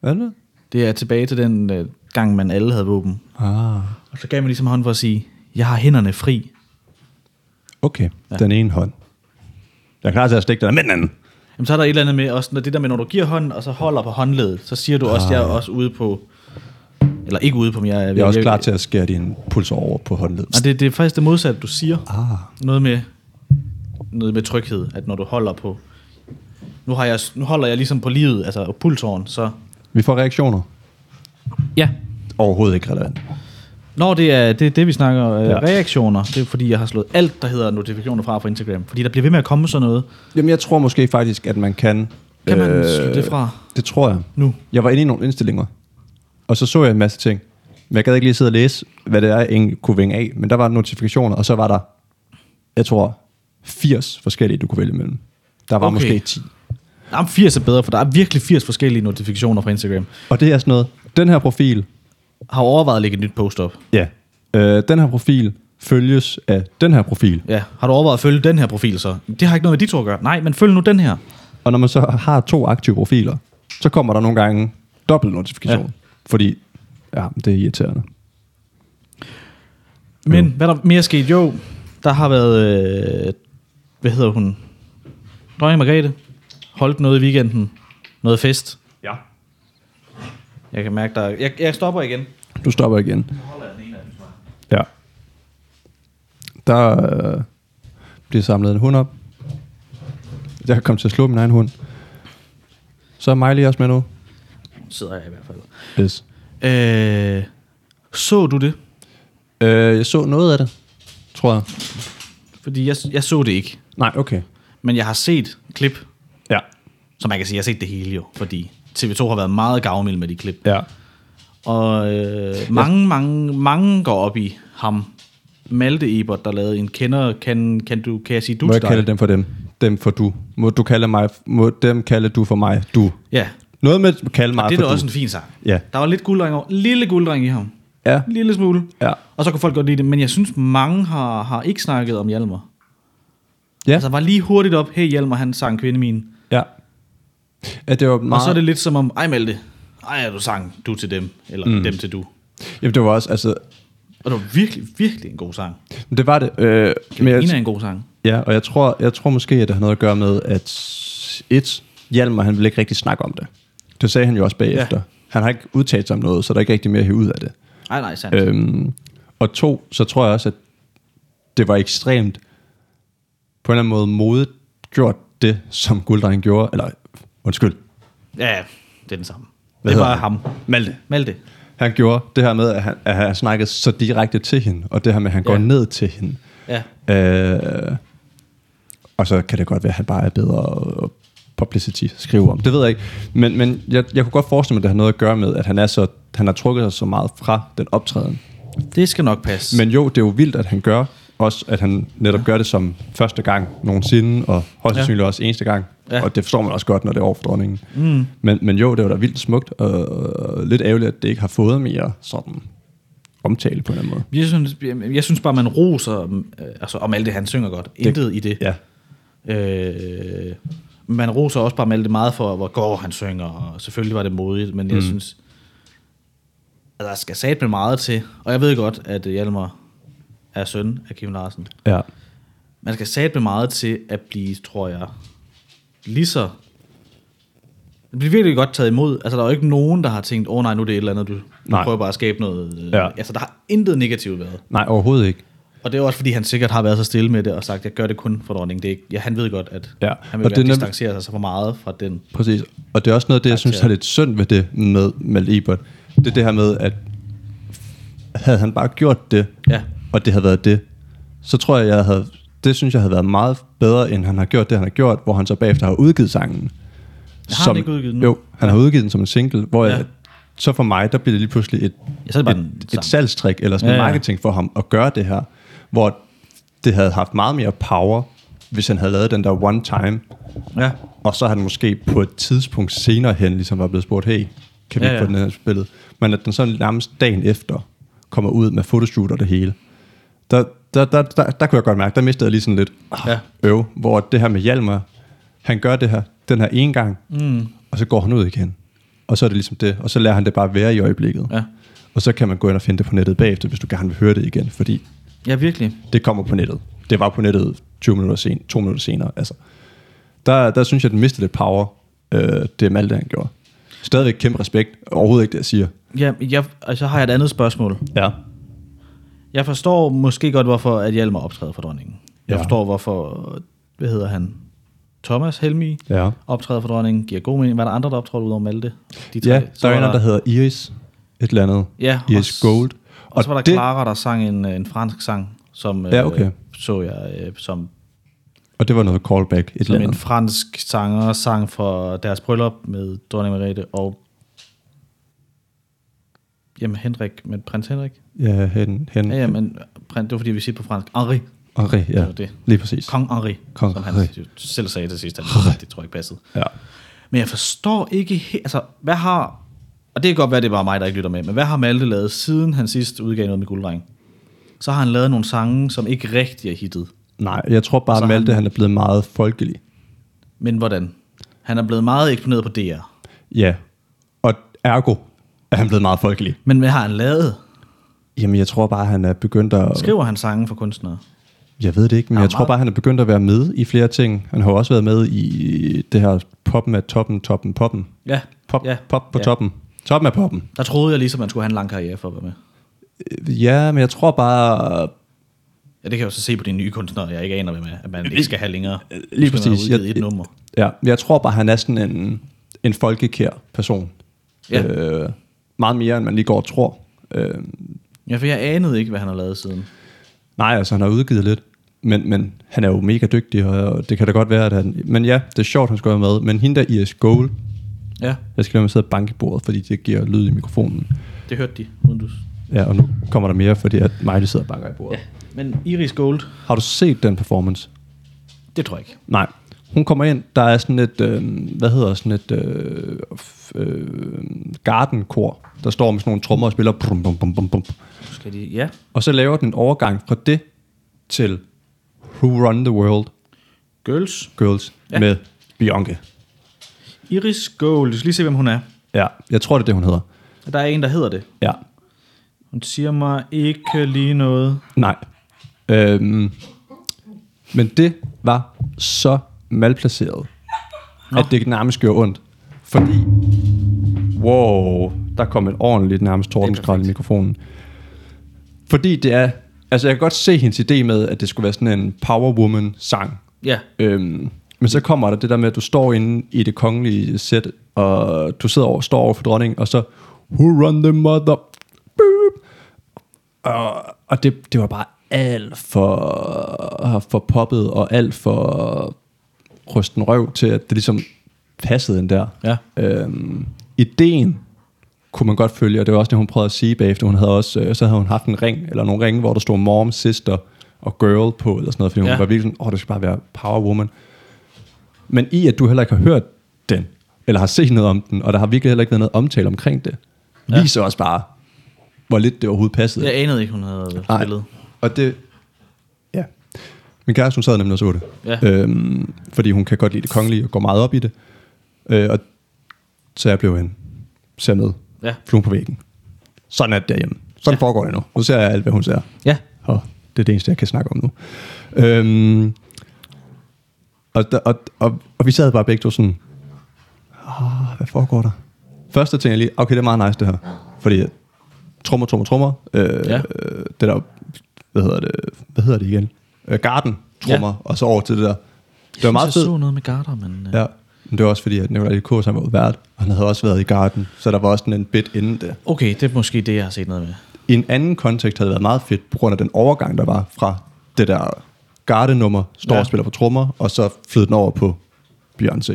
Speaker 2: Er det?
Speaker 1: Det er tilbage til den øh, gang, man alle havde våben.
Speaker 2: Ah.
Speaker 1: Og så gav man ligesom hånd for at sige, jeg har hænderne fri.
Speaker 2: Okay, ja. den ene hånd. Jeg er klar til at stikke den med den anden.
Speaker 1: Jamen, så er der et eller andet med, også når det der med, når du giver hånden, og så holder på håndledet, så siger du også, at jeg er også ude på... Eller ikke ude på, men jeg,
Speaker 2: Ah. Jeg er også klar til at skære din puls over på håndledet.
Speaker 1: Nej, det, det er faktisk det modsatte, du siger.
Speaker 2: Ah.
Speaker 1: Noget med, noget med tryghed, at når du holder på... Nu, har jeg, nu holder jeg ligesom på livet, altså pulsåren, så...
Speaker 2: Vi får reaktioner.
Speaker 1: Ja.
Speaker 2: Overhovedet ikke relevant.
Speaker 1: Når det er det, er det vi snakker øh, ja.
Speaker 2: Ja.
Speaker 1: reaktioner, det er fordi, jeg har slået alt, der hedder notifikationer fra på Instagram. Fordi der bliver ved med at komme sådan noget.
Speaker 2: Jamen, jeg tror måske faktisk, at man kan... øh,
Speaker 1: Kan man slå det fra?
Speaker 2: Det tror jeg.
Speaker 1: Nu.
Speaker 2: Jeg var inde i nogle indstillinger, og så så jeg en masse ting. Men jeg gad ikke lige sidde og læse, hvad det er, jeg egentlig kunne vinge af. Men der var notifikationer, og så var der, jeg tror, 80 forskellige, du kunne vælge imellem. Der var
Speaker 1: Okay.
Speaker 2: okay. måske 10.
Speaker 1: Jamen, 80 er bedre, for der er virkelig 80 forskellige notifikationer fra Instagram.
Speaker 2: Og det er sådan noget, den her profil,
Speaker 1: Har overvejet at lægge et nyt post op.
Speaker 2: ja. øh, den her profil følges af den her profil.
Speaker 1: Ja, har du overvejet at følge den her profil så? Det har ikke noget med de to at gøre. Nej, men følg nu den her.
Speaker 2: Og når man så har to aktive profiler, så kommer der nogle gange dobbelt notifikation.
Speaker 1: Ja.
Speaker 2: Ja. Fordi, ja, det er irriterende.
Speaker 1: Men hvad der mere skete? Jo, der har været, øh, hvad hedder hun? Dronning Margrethe holdt noget i weekenden. Noget fest.
Speaker 2: Ja.
Speaker 1: Jeg kan mærke, der er- jeg, jeg stopper igen.
Speaker 2: Du stopper igen.
Speaker 1: Nu holder jeg den ene af dem, tror jeg.
Speaker 2: Ja. Der øh, bliver samlet en hund op. Jeg kom til at slå min egen hund. Så er Miley også med nu.
Speaker 1: Nu sidder jeg i hvert fald.
Speaker 2: Yes.
Speaker 1: Øh, så du det?
Speaker 2: Øh, jeg så noget af det, tror jeg.
Speaker 1: Fordi jeg, jeg så det ikke.
Speaker 2: Nej, okay.
Speaker 1: Men jeg har set klip,
Speaker 2: Ja.
Speaker 1: som man kan sige, jeg har set det hele jo. Fordi TV2 har været meget gavmild med de klip.
Speaker 2: Ja.
Speaker 1: Og øh, mange, ja. mange, mange går op i ham. Malte Ebert, der lavede en kender, kan, kan, du, kan jeg sige du
Speaker 2: Må
Speaker 1: til
Speaker 2: jeg
Speaker 1: dig?
Speaker 2: kalde dem for dem? Dem for du. Må du kalde mig, må dem kalde du for mig, du.
Speaker 1: Ja,
Speaker 2: Noget med at kalde mig
Speaker 1: og det er
Speaker 2: for
Speaker 1: da
Speaker 2: du.
Speaker 1: også en fin sang.
Speaker 2: Ja.
Speaker 1: Der var lidt gulddreng over, lille gulddreng i ham.
Speaker 2: Ja.
Speaker 1: En lille smule.
Speaker 2: Ja.
Speaker 1: Og så kunne folk godt lide det, men jeg synes, mange har, har ikke snakket om Hjalmar.
Speaker 2: Ja.
Speaker 1: Altså var lige hurtigt op, hey Hjalmar, han sang kvindemin.
Speaker 2: Ja. ja det var meget...
Speaker 1: Og så er det lidt som om, ej Malte, ej er du sang du til dem, eller mm. dem til du.
Speaker 2: Jamen, det var også, altså...
Speaker 1: Og det var virkelig, virkelig en god sang.
Speaker 2: Det var det. Øh, men jeg,
Speaker 1: Ina er en god sang.
Speaker 2: Ja, og jeg tror, jeg tror måske, at det har noget at gøre med, at et, Hjalmar, han vil ikke rigtig snakke om det. Det sagde han jo også bagefter.
Speaker 1: Ja.
Speaker 2: Ja. Han har ikke udtalt sig om noget, så der er ikke rigtig mere at hive ud af det.
Speaker 1: Ej nej, sandt. Øh.
Speaker 2: Øhm, og to, så tror jeg også, at det var ekstremt på en eller anden måde modet gjort det, som Gulddrengen gjorde. Eller, undskyld.
Speaker 1: Ja, det er den samme.
Speaker 2: Hvad
Speaker 1: det
Speaker 2: hedder
Speaker 1: var
Speaker 2: han?
Speaker 1: ham.
Speaker 2: Malte.
Speaker 1: Malte.
Speaker 2: Han gjorde det her med, at han, at han snakkede så direkte til hende, og det her med, at han ja. går
Speaker 1: Ja.
Speaker 2: ned til hende.
Speaker 1: Ja.
Speaker 2: Øh, og så kan det godt være, at han bare er bedre publicity skrive om. Det ved jeg ikke. Men, men jeg, jeg kunne godt forestille mig, at det har noget at gøre med, at han, er så, han har trukket sig så meget fra den optræden.
Speaker 1: Det skal nok passe. Men,
Speaker 2: Men jo, det er jo vildt, at han gør. Også at han netop gør det som første gang nogensinde, og højst
Speaker 1: Ja.
Speaker 2: sandsynligt også eneste gang.
Speaker 1: Ja.
Speaker 2: Ja. Og det forstår man også godt, når det er over for dronningen. Mm. Men, men jo, det var da vildt smukt, og, og lidt ærgerligt, at det ikke har fået mere sådan omtale på en eller anden måde.
Speaker 1: jeg, synes, jeg, jeg synes bare, man roser øh, altså, om alt det, han synger godt. Intet i det.
Speaker 2: Ja.
Speaker 1: Øh, man roser også bare Malte meget for, hvor går han synger, og selvfølgelig var det modigt, men jeg synes, at der skal satme meget til, og jeg ved godt, at Hjalmar er søn af Kim Larsen.
Speaker 2: ja.
Speaker 1: Man skal satme meget til at blive, tror jeg, lige så... Det bliver virkelig godt taget imod. Altså, der er jo ikke nogen, der har tænkt, åh oh, nej, nu er det et eller andet, du nej.
Speaker 2: Nej.
Speaker 1: prøver bare at skabe noget. øh."
Speaker 2: Ja.
Speaker 1: Altså, der har intet negativt været.
Speaker 2: Nej, overhovedet ikke.
Speaker 1: Og det er også, fordi han sikkert har været så stille med det og sagt, jeg gør det kun for dronningen. Det er ikke, ja, han ved godt, at
Speaker 2: Ja,
Speaker 1: han vil
Speaker 2: og
Speaker 1: gerne
Speaker 2: det er nem-
Speaker 1: distancere sig så for meget fra den.
Speaker 2: Præcis. Og det er også noget af det, jeg synes
Speaker 1: Karakter.
Speaker 2: er lidt synd ved det med Mal Ebert. Det er det her med, at havde han bare gjort det,
Speaker 1: Ja.
Speaker 2: og det havde været det, så tror jeg, jeg havde, det synes jeg havde været meget bedre, end han har gjort det, han har gjort, hvor han så bagefter har udgivet sangen.
Speaker 1: Har han ikke udgivet den?
Speaker 2: Jo, han har udgivet den som en single, hvor
Speaker 1: Ja.
Speaker 2: ja. jeg, så for mig, der bliver det lige pludselig et,
Speaker 1: Ja, så er det bare
Speaker 2: et,
Speaker 1: en sang.
Speaker 2: et salgstrik, eller sådan
Speaker 1: Ja,
Speaker 2: ja, ja.
Speaker 1: ja.
Speaker 2: marketing for ham, at gøre det her, hvor det havde haft meget mere power, hvis han havde lavet den der one time,
Speaker 1: Ja.
Speaker 2: og så har den måske på et tidspunkt senere hen ligesom var blevet spurgt, hey, kan vi
Speaker 1: Ja,
Speaker 2: ja, ja.
Speaker 1: ja.
Speaker 2: få den her spillet? Men at den sådan nærmest dagen efter kommer ud med fotoshoot og det hele. Der, der, der, der, der kunne jeg godt mærke, der mistede jeg lige sådan lidt
Speaker 1: Ja.
Speaker 2: ja. øv, hvor det her med Hjalmar, han gør det her, den her en gang, mm. og så går han ud igen. Og så er det ligesom det, og så lader han det bare være i øjeblikket.
Speaker 1: Ja.
Speaker 2: Og så kan man gå ind og finde det på nettet bagefter, hvis du gerne vil høre det igen, fordi
Speaker 1: ja, virkelig.
Speaker 2: det kommer på nettet. Det var på nettet 20 minutter sen, to minutter senere. Altså. Der, der synes jeg, den mistede lidt power, øh, det Malte han gjorde. Stadigvæk kæmpe respekt. Overhovedet ikke det, jeg siger.
Speaker 1: Ja, jeg, og så har jeg et andet spørgsmål.
Speaker 2: Ja.
Speaker 1: Jeg forstår måske godt, hvorfor at Hjalmar optræder for dronningen. Jeg
Speaker 2: Ja.
Speaker 1: forstår, hvorfor, hvad hedder han, Thomas Helmi
Speaker 2: Ja.
Speaker 1: optræder for dronningen. Giver god mening. Var der andre, der optrådte udover Malte? De
Speaker 2: Ja,
Speaker 1: Så
Speaker 2: der er
Speaker 1: var
Speaker 2: en, der hedder Iris. Et eller andet.
Speaker 1: Ja,
Speaker 2: Iris
Speaker 1: og s-
Speaker 2: Gold.
Speaker 1: Og, og så var der
Speaker 2: det,
Speaker 1: Clara, der sang en, øh, en fransk sang, som
Speaker 2: Ja, okay.
Speaker 1: øh, så jeg øh, som,
Speaker 2: og det var noget callback. Et eller
Speaker 1: som en
Speaker 2: andet.
Speaker 1: fransk sanger sang for deres bryllup med dronning Margrethe og jamen Henrik, men prins Henrik?
Speaker 2: Ja, hen, hen.
Speaker 1: Ja, ja, men prins, det var fordi, vi siger på fransk. Henri.
Speaker 2: Henri, ja.
Speaker 1: var det.
Speaker 2: Lige præcis.
Speaker 1: Kong Henri.
Speaker 2: Kong
Speaker 1: som han
Speaker 2: Henri.
Speaker 1: jo selv sagde til sidst. at Det tror jeg ikke passede.
Speaker 2: Ja.
Speaker 1: Men jeg forstår ikke helt, altså, hvad har, og det kan godt være, det er bare mig, der ikke lytter med, men hvad har Malte lavet, siden han sidst udgav noget med Gulddreng? Så har han lavet nogle sange, som ikke rigtig er hittet.
Speaker 2: Nej, jeg tror bare,
Speaker 1: Så
Speaker 2: at Malte
Speaker 1: han-
Speaker 2: han er blevet meget folkelig.
Speaker 1: Men hvordan? Han er blevet meget eksponeret på DR.
Speaker 2: Ja. Og ergo er han blevet meget folkelig.
Speaker 1: Men hvad har han lavet?
Speaker 2: Jamen, jeg tror bare, han er begyndt at...
Speaker 1: Skriver han sange for kunstnere?
Speaker 2: Jeg ved det ikke, men
Speaker 1: Ja,
Speaker 2: ja, jeg tror
Speaker 1: meget.
Speaker 2: bare, han er begyndt at være med i flere ting. Han har jo også været med i det her poppen af toppen, toppen, poppen.
Speaker 1: Ja.
Speaker 2: Pop,
Speaker 1: ja.
Speaker 2: ja. pop på
Speaker 1: ja.
Speaker 2: ja. toppen. Toppen af poppen.
Speaker 1: Der troede jeg ligesom, man skulle have en lang karriere for at være med.
Speaker 2: Øh, Ja, men jeg tror bare...
Speaker 1: Ja, det kan jeg jo så se på de nye kunstnere, jeg ikke aner, hvem er, at man ikke skal have længere.
Speaker 2: Lige
Speaker 1: Nu skal man
Speaker 2: præcis.
Speaker 1: have udgivet
Speaker 2: Jeg-
Speaker 1: et nummer.
Speaker 2: Ja, men jeg tror bare, han er sådan en, en folkekær person.
Speaker 1: Ja.
Speaker 2: Øh, meget mere, end man lige går og tror. Øh,
Speaker 1: Ja, for jeg anede ikke, hvad han har lavet siden.
Speaker 2: nej, altså, han har udgivet lidt. Men, men han er jo mega dygtig, og det kan da godt være, at han... Men ja, det er sjovt, han skulle være med. Men hende der Iris Gold,
Speaker 1: Ja,
Speaker 2: jeg skal lade mig sidde og banke i bordet, fordi det giver lyd i mikrofonen.
Speaker 1: det hørte de, uden du...
Speaker 2: Ja, og nu kommer der mere, fordi at Miley sidder og banker i bordet. Ja.
Speaker 1: Men Iris Gold,
Speaker 2: Har du set den performance?
Speaker 1: det tror jeg ikke.
Speaker 2: Nej. Hun kommer ind, der er sådan et, øh, hvad hedder sådan et, øh, f- øh, gardenkor, der står med sådan nogle trommer og spiller. Brum, bum, bum, bum, bum.
Speaker 1: Skal de... Ja.
Speaker 2: Og så laver den en overgang fra det til Who Run the World
Speaker 1: Girls.
Speaker 2: Girls
Speaker 1: Ja.
Speaker 2: ja. med Bianca.
Speaker 1: Iris Gold. Du skal lige se, hvem hun er.
Speaker 2: Ja, jeg tror, det er det, hun hedder.
Speaker 1: Der er en, der hedder det.
Speaker 2: Ja,
Speaker 1: Hun siger mig ikke lige noget.
Speaker 2: nej. Øhm, men det var så malplaceret, Nå. at det nærmest gjorde ondt. Fordi, wow, der kom et ordentligt nærmest tordenskrald i mikrofonen. Fordi det er, altså jeg kan godt se hendes idé med, at det skulle være sådan en power woman sang.
Speaker 1: Ja.
Speaker 2: Øhm, men så kommer der det der med, at du står inde i det kongelige sæt, og du sidder over, står over for dronningen, og så, who run the mother? Boop. Og, og det, det var bare alt for, for poppet, og alt for rysten røv til, at det ligesom passede den der.
Speaker 1: Ja.
Speaker 2: Øhm, ideen kunne man godt følge, og det var også det, hun prøvede at sige bagefter. Hun havde også, øh, så havde hun haft en ring, eller nogle ringe, hvor der stod mom, sister og girl på, eller sådan noget, fordi hun
Speaker 1: Ja.
Speaker 2: ja. var virkelig sådan, åh, oh, det skal bare være power woman. Men i, at du heller ikke har hørt den, eller har set noget om den, og der har virkelig heller ikke været noget omtale omkring det,
Speaker 1: Ja.
Speaker 2: ja. viser også bare, hvor lidt det overhovedet passede.
Speaker 1: Jeg anede ikke, hun havde
Speaker 2: Nej.
Speaker 1: spillet.
Speaker 2: Og det... Ja. Min kæreste, hun sad nemlig og så det.
Speaker 1: Ja.
Speaker 2: Øhm, fordi hun kan godt lide det kongelige og går meget op i det. Øh, og så jeg blev en ser med.
Speaker 1: Ja.
Speaker 2: Fluen på væggen. Sådan er det derhjemme. Sådan ja. foregår det nu. Nu ser jeg alt, hvad hun ser.
Speaker 1: Ja.
Speaker 2: Og det er det eneste, jeg kan snakke om nu. Øhm, og, der, og, og, og, vi sad bare begge to sådan, Åh, hvad foregår der? Første ting jeg lige, okay, det er meget nice det her. Fordi trommer, trommer, trommer. Øh,
Speaker 1: Ja.
Speaker 2: ja. øh, det der, hvad hedder det, hvad hedder det igen? Øh, garden, trommer,
Speaker 1: Ja.
Speaker 2: ja. og så over til det der. Det var
Speaker 1: Jeg
Speaker 2: meget
Speaker 1: synes, jeg
Speaker 2: fedt.
Speaker 1: så noget med garter, men... øh, Ja.
Speaker 2: Ja, men det var også fordi, at Nicolai Kors, han var jo vært, og han havde også været i garden, så der var også sådan en bit inden det.
Speaker 1: Okay, det er måske det, jeg har set noget med.
Speaker 2: I en anden kontekst havde det været meget fedt, på grund af den overgang, der var fra det der gardenummer, står
Speaker 1: Ja.
Speaker 2: ja. og spiller på trommer, og så flød den over på Beyoncé.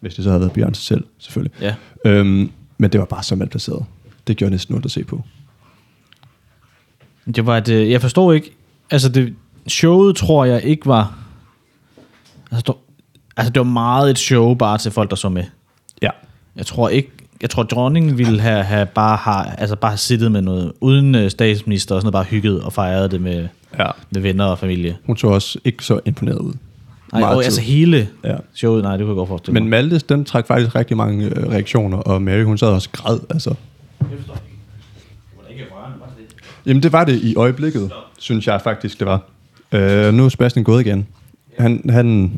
Speaker 2: Hvis det så havde været Beyoncé selv, selvfølgelig.
Speaker 1: Ja.
Speaker 2: Øhm, men det var bare så malplaceret. Det gjorde næsten ondt at se på.
Speaker 1: Det var et, øh, jeg forstår ikke, altså det, showet tror jeg ikke var, altså, der- altså det var meget et show bare til folk, der så med.
Speaker 2: Ja.
Speaker 1: Jeg tror ikke, jeg tror dronningen ville have, have bare, har, altså bare have siddet med noget, uden øh, statsminister og sådan noget, bare hygget og fejret det med,
Speaker 2: ja.
Speaker 1: med venner og familie.
Speaker 2: Hun så også ikke så imponeret ud.
Speaker 1: Nej,
Speaker 2: Meget
Speaker 1: og,
Speaker 2: tid.
Speaker 1: altså hele
Speaker 2: Ja.
Speaker 1: showet, nej, det kunne jeg godt forestille
Speaker 2: Men Maltes, den trak faktisk rigtig mange øh, reaktioner, og Mary, hun sad også og græd, altså. Jamen, det var det i øjeblikket, synes jeg faktisk, det var. Øh, nu er Sebastian gået igen. Han, han,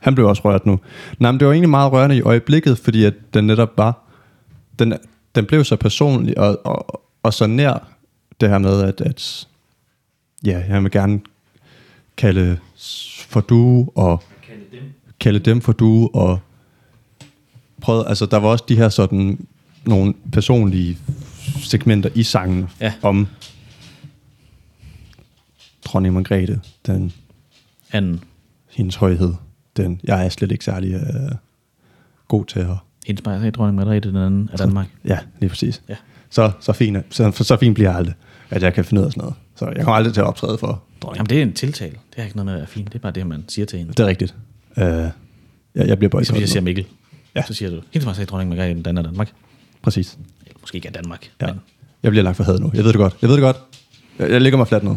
Speaker 2: han blev også rørt nu. Nej, men det var egentlig meget rørende i øjeblikket, fordi at den netop var... Den, den blev så personlig og, og, og så nær det her med, at, at ja, jeg vil gerne kalde s- for du og kalde dem for du, og prøvede, altså der var også de her sådan nogle personlige segmenter i sangen
Speaker 1: Ja.
Speaker 2: om dronning Margrethe, den,
Speaker 1: mig. Anden,
Speaker 2: hendes højhed, den, jeg er slet ikke særlig øh, god til at,
Speaker 1: hendes majestæt, dronning Margrethe, den anden af Danmark.
Speaker 2: ja, lige præcis.
Speaker 1: Ja.
Speaker 2: Så, så, fin, er- så, så fin bliver jeg aldrig, at jeg kan finde ud af sådan noget. Så jeg kommer aldrig til at optræde for dronning.
Speaker 1: Jamen det er en tiltale, det har ikke noget med at være fint, det er bare det, man siger til hende.
Speaker 2: Det er rigtigt. Øh, jeg, jeg bliver bare
Speaker 1: Ligesom hvis jeg siger Mikkel, ja.
Speaker 2: Ja.
Speaker 1: så siger du, hendes majestæt, dronning Margrethe, den anden af Danmark.
Speaker 2: Præcis.
Speaker 1: Eller måske ikke af Danmark, ja.
Speaker 2: Ja.
Speaker 1: men
Speaker 2: Jeg bliver lagt for had nu. Jeg ved det godt. Jeg ved det godt. Jeg, jeg ligger mig fladt ned.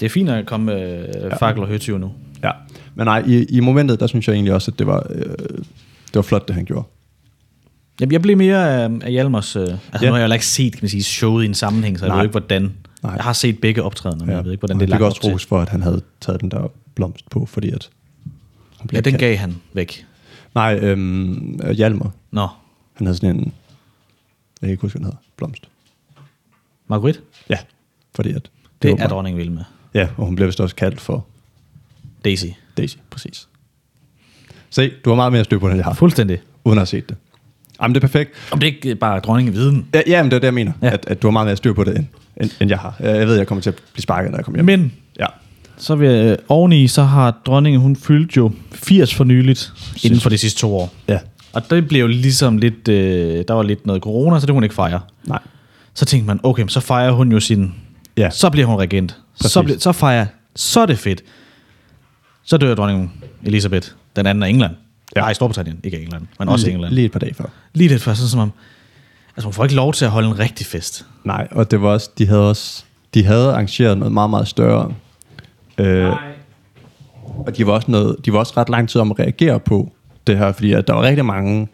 Speaker 1: det er fint at komme med øh, fakkel og høtyve nu.
Speaker 2: Ja. Men nej, i, i momentet, der synes jeg egentlig også, at det var, øh, det var flot, det han gjorde.
Speaker 1: Jamen, jeg blev mere øh, af Hjalmars... Øh, altså, ja. nu har jeg jo ikke set kan man sige, showet i en sammenhæng, så jeg
Speaker 2: Nej.
Speaker 1: Nej. ved ikke, hvordan...
Speaker 2: Nej.
Speaker 1: Nej. Jeg har set begge optrædener, men ja. jeg ved ikke, hvordan
Speaker 2: og
Speaker 1: det er lagt
Speaker 2: han fik
Speaker 1: op
Speaker 2: også
Speaker 1: til.
Speaker 2: ros for, at han havde taget den der blomst på, fordi at... han blev
Speaker 1: Ja, den
Speaker 2: kaldt-
Speaker 1: gav han væk.
Speaker 2: Nej, øhm, Hjalmar.
Speaker 1: Nå,
Speaker 2: Han havde sådan en... Jeg kan ikke huske, hvad den hedder. Blomst.
Speaker 1: Marguerite, det,
Speaker 2: Ja, fordi at...
Speaker 1: det
Speaker 2: var
Speaker 1: er
Speaker 2: bare-
Speaker 1: dronningen vild med.
Speaker 2: Ja, og hun blev vist også kaldt for
Speaker 1: Daisy.
Speaker 2: Daisy, præcis. Se, du har meget mere styr på, det, end jeg har,
Speaker 1: Fuldstændig.
Speaker 2: uden at have set det. Jamen, det er perfekt.
Speaker 1: Om det ikke øh, bare er dronningen i viden.
Speaker 2: Ja, jamen, det er det, jeg mener. Ja.
Speaker 1: Ja.
Speaker 2: At, at, du har meget mere styr på det, end, end, end jeg har. Øh, Jeg jeg ved, jeg kommer til at blive sparket, når jeg kommer hjem.
Speaker 1: Men
Speaker 2: Ja.
Speaker 1: så vil jeg, øh, oveni, så har dronningen, hun fyldt jo 80 for nyligt inden for de sidste to år.
Speaker 2: Ja.
Speaker 1: Og det blev jo ligesom lidt, øh, der var lidt noget corona, så det kunne hun ikke fejre.
Speaker 2: Nej.
Speaker 1: Så tænkte man, okay, men så fejrer hun jo sin,
Speaker 2: Ja.
Speaker 1: så bliver hun regent.
Speaker 2: Præcis.
Speaker 1: Så, bliver, så fejrer, så er det fedt. Så dør dronningen Elisabeth, den anden af England. Ja.
Speaker 2: Ja.
Speaker 1: Nej, Storbritannien, ikke af England, men også
Speaker 2: Lige-
Speaker 1: England.
Speaker 2: Lige et par dage før.
Speaker 1: Lige lidt før, sådan som om, altså hun får ikke lov til at holde en rigtig fest.
Speaker 2: Nej, og det var også, de havde også, de havde arrangeret noget meget, meget større. Øh, og de var, også noget, de var også ret lang tid om at reagere på det her, fordi at der var rigtig mange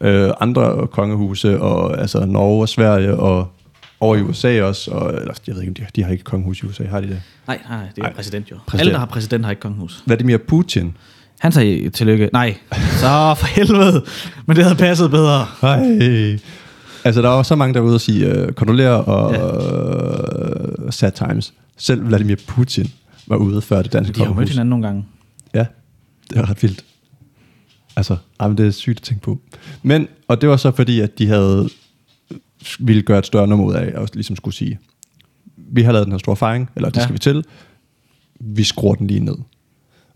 Speaker 2: øh, andre kongehuse, og altså Norge og Sverige, og over i USA også, og eller, jeg ved ikke, om de, de har ikke kongehus i USA, har de det?
Speaker 1: Nej, nej, det er
Speaker 2: Nej.
Speaker 1: Ej. præsident jo.
Speaker 2: Præsident.
Speaker 1: Præsident. Alle, der har præsident, har ikke kongehus.
Speaker 2: Vladimir Putin.
Speaker 1: Han sagde tillykke. Nej, så for helvede. Men det havde passet bedre.
Speaker 2: Hej. Altså, der var så mange derude at sige øh, kondolerer og øh, sad times. Selv Vladimir Putin var ude før det danske
Speaker 1: De har jo mødt
Speaker 2: kongehus.
Speaker 1: hinanden nogle gange.
Speaker 2: Ja, det er ret vildt. Altså, ej, men det er sygt at tænke på. Men, og det var så fordi, at de havde øh, ville gøre et større nummer ud af, og ligesom skulle sige, vi har lavet den her store fejring, eller det
Speaker 1: Ja.
Speaker 2: skal vi til, vi skruer den lige ned.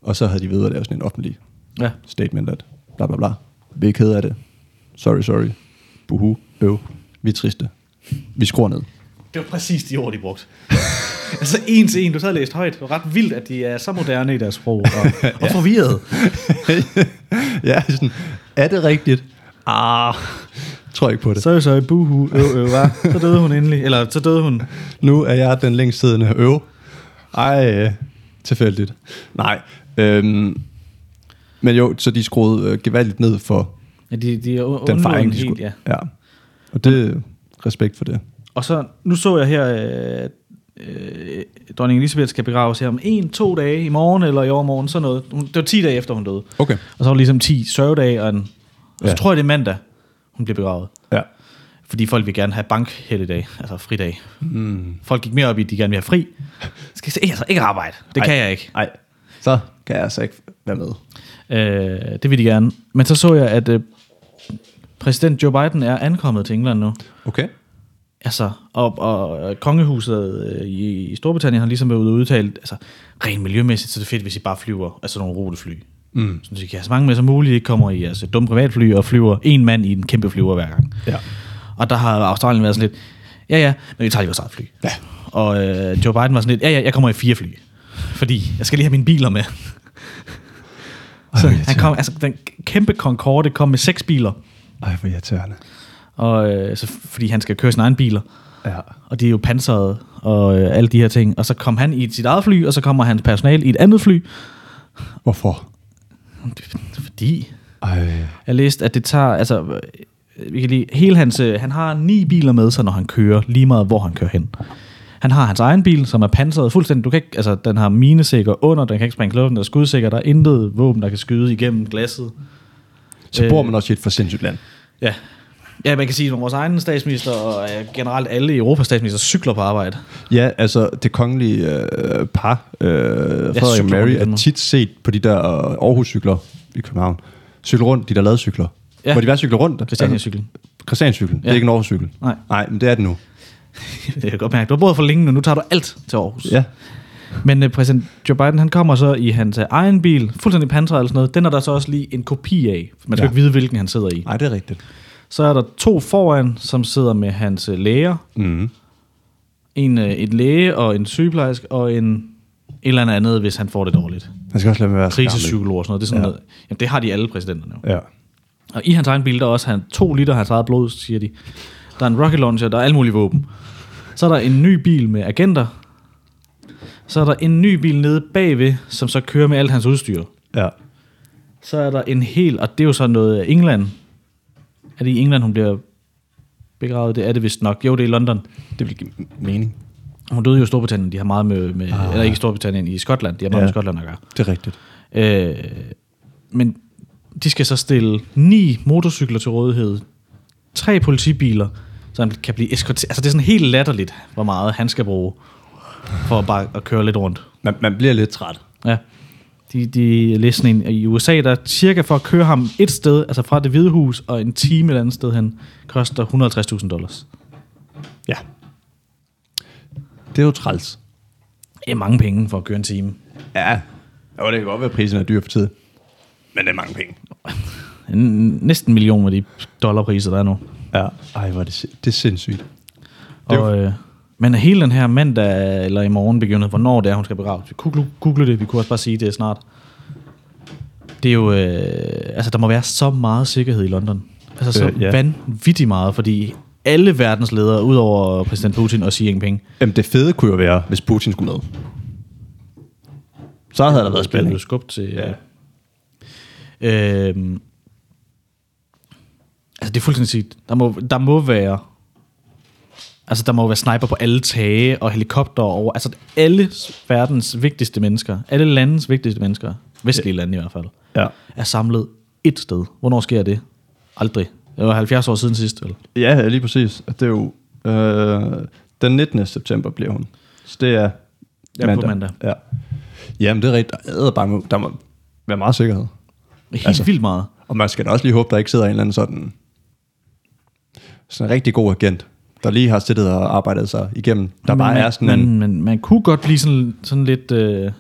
Speaker 2: Og så havde de ved at lave sådan en offentlig
Speaker 1: Ja.
Speaker 2: statement, at bla bla bla, vi er kede af det, sorry, sorry, buhu, øv, vi er triste, vi skruer ned.
Speaker 1: Det var præcis de ord, de brugte. altså en til en, du så havde læst højt. Det var ret vildt, at de er så moderne i deres sprog og, og forvirret.
Speaker 2: ja, sådan, er det rigtigt? Ah, tror ikke på det.
Speaker 1: Så så buhu, øv, øv, hva? Så døde hun endelig. Eller så døde hun.
Speaker 2: Nu er jeg den længst siddende øv. Ej, øh, tilfældigt. Nej. Øhm, men jo, så de skruede øh, gevaldigt ned for
Speaker 1: Ja, de, de er
Speaker 2: den fejring, de
Speaker 1: helt,
Speaker 2: skulle.
Speaker 1: ja.
Speaker 2: ja. Og det, respekt for det.
Speaker 1: Og så, nu så jeg her, øh, øh, dronning Elisabeth skal begraves her om en, to dage i morgen eller i overmorgen, sådan noget. Hun, det var 10 dage efter, hun døde.
Speaker 2: Okay.
Speaker 1: Og så var det ligesom 10 sørgedage, og, en, og så
Speaker 2: Ja.
Speaker 1: tror jeg, det er mandag, hun bliver begravet.
Speaker 2: Ja.
Speaker 1: Fordi folk vil gerne have bankhelligdag, altså fridag. Mm. Folk gik mere op i, at de gerne vil have fri. Skal jeg se, altså ikke arbejde. Det
Speaker 2: Ej.
Speaker 1: Ej. kan jeg ikke.
Speaker 2: Nej, så kan jeg altså ikke være med.
Speaker 1: Øh, det vil de gerne. Men så så jeg, at øh, præsident Joe Biden er ankommet til England nu.
Speaker 2: Okay.
Speaker 1: Altså, og, og øh, kongehuset øh, i, i Storbritannien har ligesom været ude og udtalt, altså, rent miljømæssigt, så er det fedt, hvis I bare flyver, altså nogle rutefly. Mm. Så I kan have så mange med som muligt, ikke kommer i altså, dumme privatfly og flyver en mand i en kæmpe flyver hver gang.
Speaker 2: Ja.
Speaker 1: Og der har Australien været sådan lidt, ja ja, men vi tager lige vores eget fly.
Speaker 2: Ja.
Speaker 1: Og øh, Joe Biden var sådan lidt, ja ja, jeg kommer i fire fly, fordi jeg skal lige have mine biler med. så
Speaker 2: irriterende.
Speaker 1: han kom, altså, den kæmpe Concorde kom med seks biler,
Speaker 2: Ej, hvor irriterende.
Speaker 1: og, øh, så, fordi han skal køre sine egne biler
Speaker 2: Ja.
Speaker 1: og de er jo panseret og øh, alle de her ting. Og så kom han i sit eget fly, og så kommer hans personal i et andet fly,
Speaker 2: Hvorfor?
Speaker 1: fordi
Speaker 2: Ej.
Speaker 1: jeg læste, at det tager, altså, øh, vi kan lige, hele hans, øh, han har ni biler med sig, når han kører, lige meget hvor han kører hen. Han har hans egen bil, som er panseret fuldstændig. Du kan ikke, altså, den har minesikre under, den kan ikke springe i luften, der er skudsikker, der er intet våben, der kan skyde igennem glasset.
Speaker 2: Så
Speaker 1: Øh.
Speaker 2: bor man også i et for sindssygt land.
Speaker 1: Ja. Ja, man kan sige, at vores egen statsminister og øh, generelt alle Europas statsminister cykler på arbejde.
Speaker 2: Ja, altså det kongelige øh, par, øh, Frederik og
Speaker 1: cykler rundt
Speaker 2: Mary,
Speaker 1: i
Speaker 2: er
Speaker 1: Danmark.
Speaker 2: tit set på de der øh, Aarhus-cykler i København. Cykle rundt, de der ladcykler. Ja.
Speaker 1: Ja.
Speaker 2: Må de være cykler rundt?
Speaker 1: Christiania-cyklen.
Speaker 2: Altså, Christianscyklen. Ja. Det er
Speaker 1: Ja.
Speaker 2: ikke en Aarhus-cykel.
Speaker 1: Nej.
Speaker 2: Nej, men det er det nu.
Speaker 1: Jeg kan godt mærke, du har boet for længe nu, nu tager du alt til Aarhus.
Speaker 2: Ja.
Speaker 1: Men øh, præsident Joe Biden, han kommer så i hans øh, egen bil, fuldstændig pansret eller sådan noget. Den er der så også lige en kopi af. Man skal
Speaker 2: Ja.
Speaker 1: ja. ikke vide, hvilken han sidder i.
Speaker 2: Nej, det er rigtigt.
Speaker 1: Så er der to foran, som sidder med hans øh, læger.
Speaker 2: Mm.
Speaker 1: En øh, et læge og en sygeplejerske og en et eller andet andet, hvis han får det dårligt.
Speaker 2: Man skal også lade med at være så gammel.
Speaker 1: Krisepsykolog og sådan noget. Det, er sådan ja.
Speaker 2: Ja.
Speaker 1: noget. Jamen, det har de alle præsidenterne jo.
Speaker 2: Ja.
Speaker 1: Og i hans egen bil, der er også han, to liter af hans eget blod, siger de. Der er en rocket launcher, der er alle mulige våben. Så er der en ny bil med agenter. Så er der en ny bil nede bagved, som så kører med alt hans udstyr.
Speaker 2: ja.
Speaker 1: Så er der en hel, og det er jo så noget af England, Er det i England, hun bliver begravet? Det er det vist nok. Jo, det er i London.
Speaker 2: Det vil give mening.
Speaker 1: Hun døde jo i Storbritannien. De har meget med... med ah. Eller ikke i Storbritannien, i Skotland. De har meget
Speaker 2: Ja.
Speaker 1: med Skotland at gøre.
Speaker 2: Det er rigtigt.
Speaker 1: Øh, men de skal så stille ni motorcykler til rådighed, tre politibiler, så han kan blive eskorteret. Altså det er sådan helt latterligt, hvor meget han skal bruge for bare at køre lidt rundt.
Speaker 2: Man, man bliver lidt træt.
Speaker 1: Ja. De, de læste en, i USA, der cirka for at køre ham et sted, altså fra det hvide hus og en time et andet sted hen, koster 150.000 dollars.
Speaker 2: Ja. Det er jo træls.
Speaker 1: Det er mange penge for at køre en time.
Speaker 2: Ja. Jo, det kan godt være, at prisen er dyr for tiden. Men det er mange penge.
Speaker 1: En- Næsten en million af de dollarpriser, der er nu.
Speaker 2: Ja. Ej, hvor er det, sin- det er sindssygt. Det var-
Speaker 1: Og, øh, men hele den her mandag, eller i morgen begynder, hvornår det er, hun skal begraves. Vi kunne glu- google det, vi kunne også bare sige, det er snart. Det er jo, øh, altså der må være så meget sikkerhed i London. Altså så
Speaker 2: Øh,
Speaker 1: øh,
Speaker 2: ja.
Speaker 1: ja. vanvittigt meget, fordi alle verdens ledere, udover præsident Putin og Xi Jinping,
Speaker 2: Jamen, det fede kunne jo være, hvis Putin skulle med. Så havde der været
Speaker 1: Det blev
Speaker 2: spænding.
Speaker 1: skub til...
Speaker 2: Ja.
Speaker 1: Ja. Øhm, altså, det er fuldstændig sygt. Der må, der må være... Altså, der må jo være sniper på alle tage og helikopter over... Altså, alle verdens vigtigste mennesker, alle landets vigtigste mennesker, vestlige lande i hvert fald,
Speaker 2: Ja.
Speaker 1: er samlet et sted. Hvornår sker det? Aldrig. Det var 70 år siden sidst, vel?
Speaker 2: Ja, lige præcis. Det er jo... Øh, den 19. september bliver hun. Så det er
Speaker 1: Ja, på mandag.
Speaker 2: Ja. Jamen, det er rigtigt. Der er bange. Der må være meget sikkerhed.
Speaker 1: Helt
Speaker 2: Altså.
Speaker 1: altså. vildt meget.
Speaker 2: Og man skal da også lige håbe, der ikke sidder en eller anden sådan, sådan en rigtig god agent, der lige har siddet og arbejdet sig igennem. Der
Speaker 1: Men
Speaker 2: bare
Speaker 1: man,
Speaker 2: er sådan
Speaker 1: man,
Speaker 2: en...
Speaker 1: man, man kunne godt blive sådan, sådan lidt... Øh,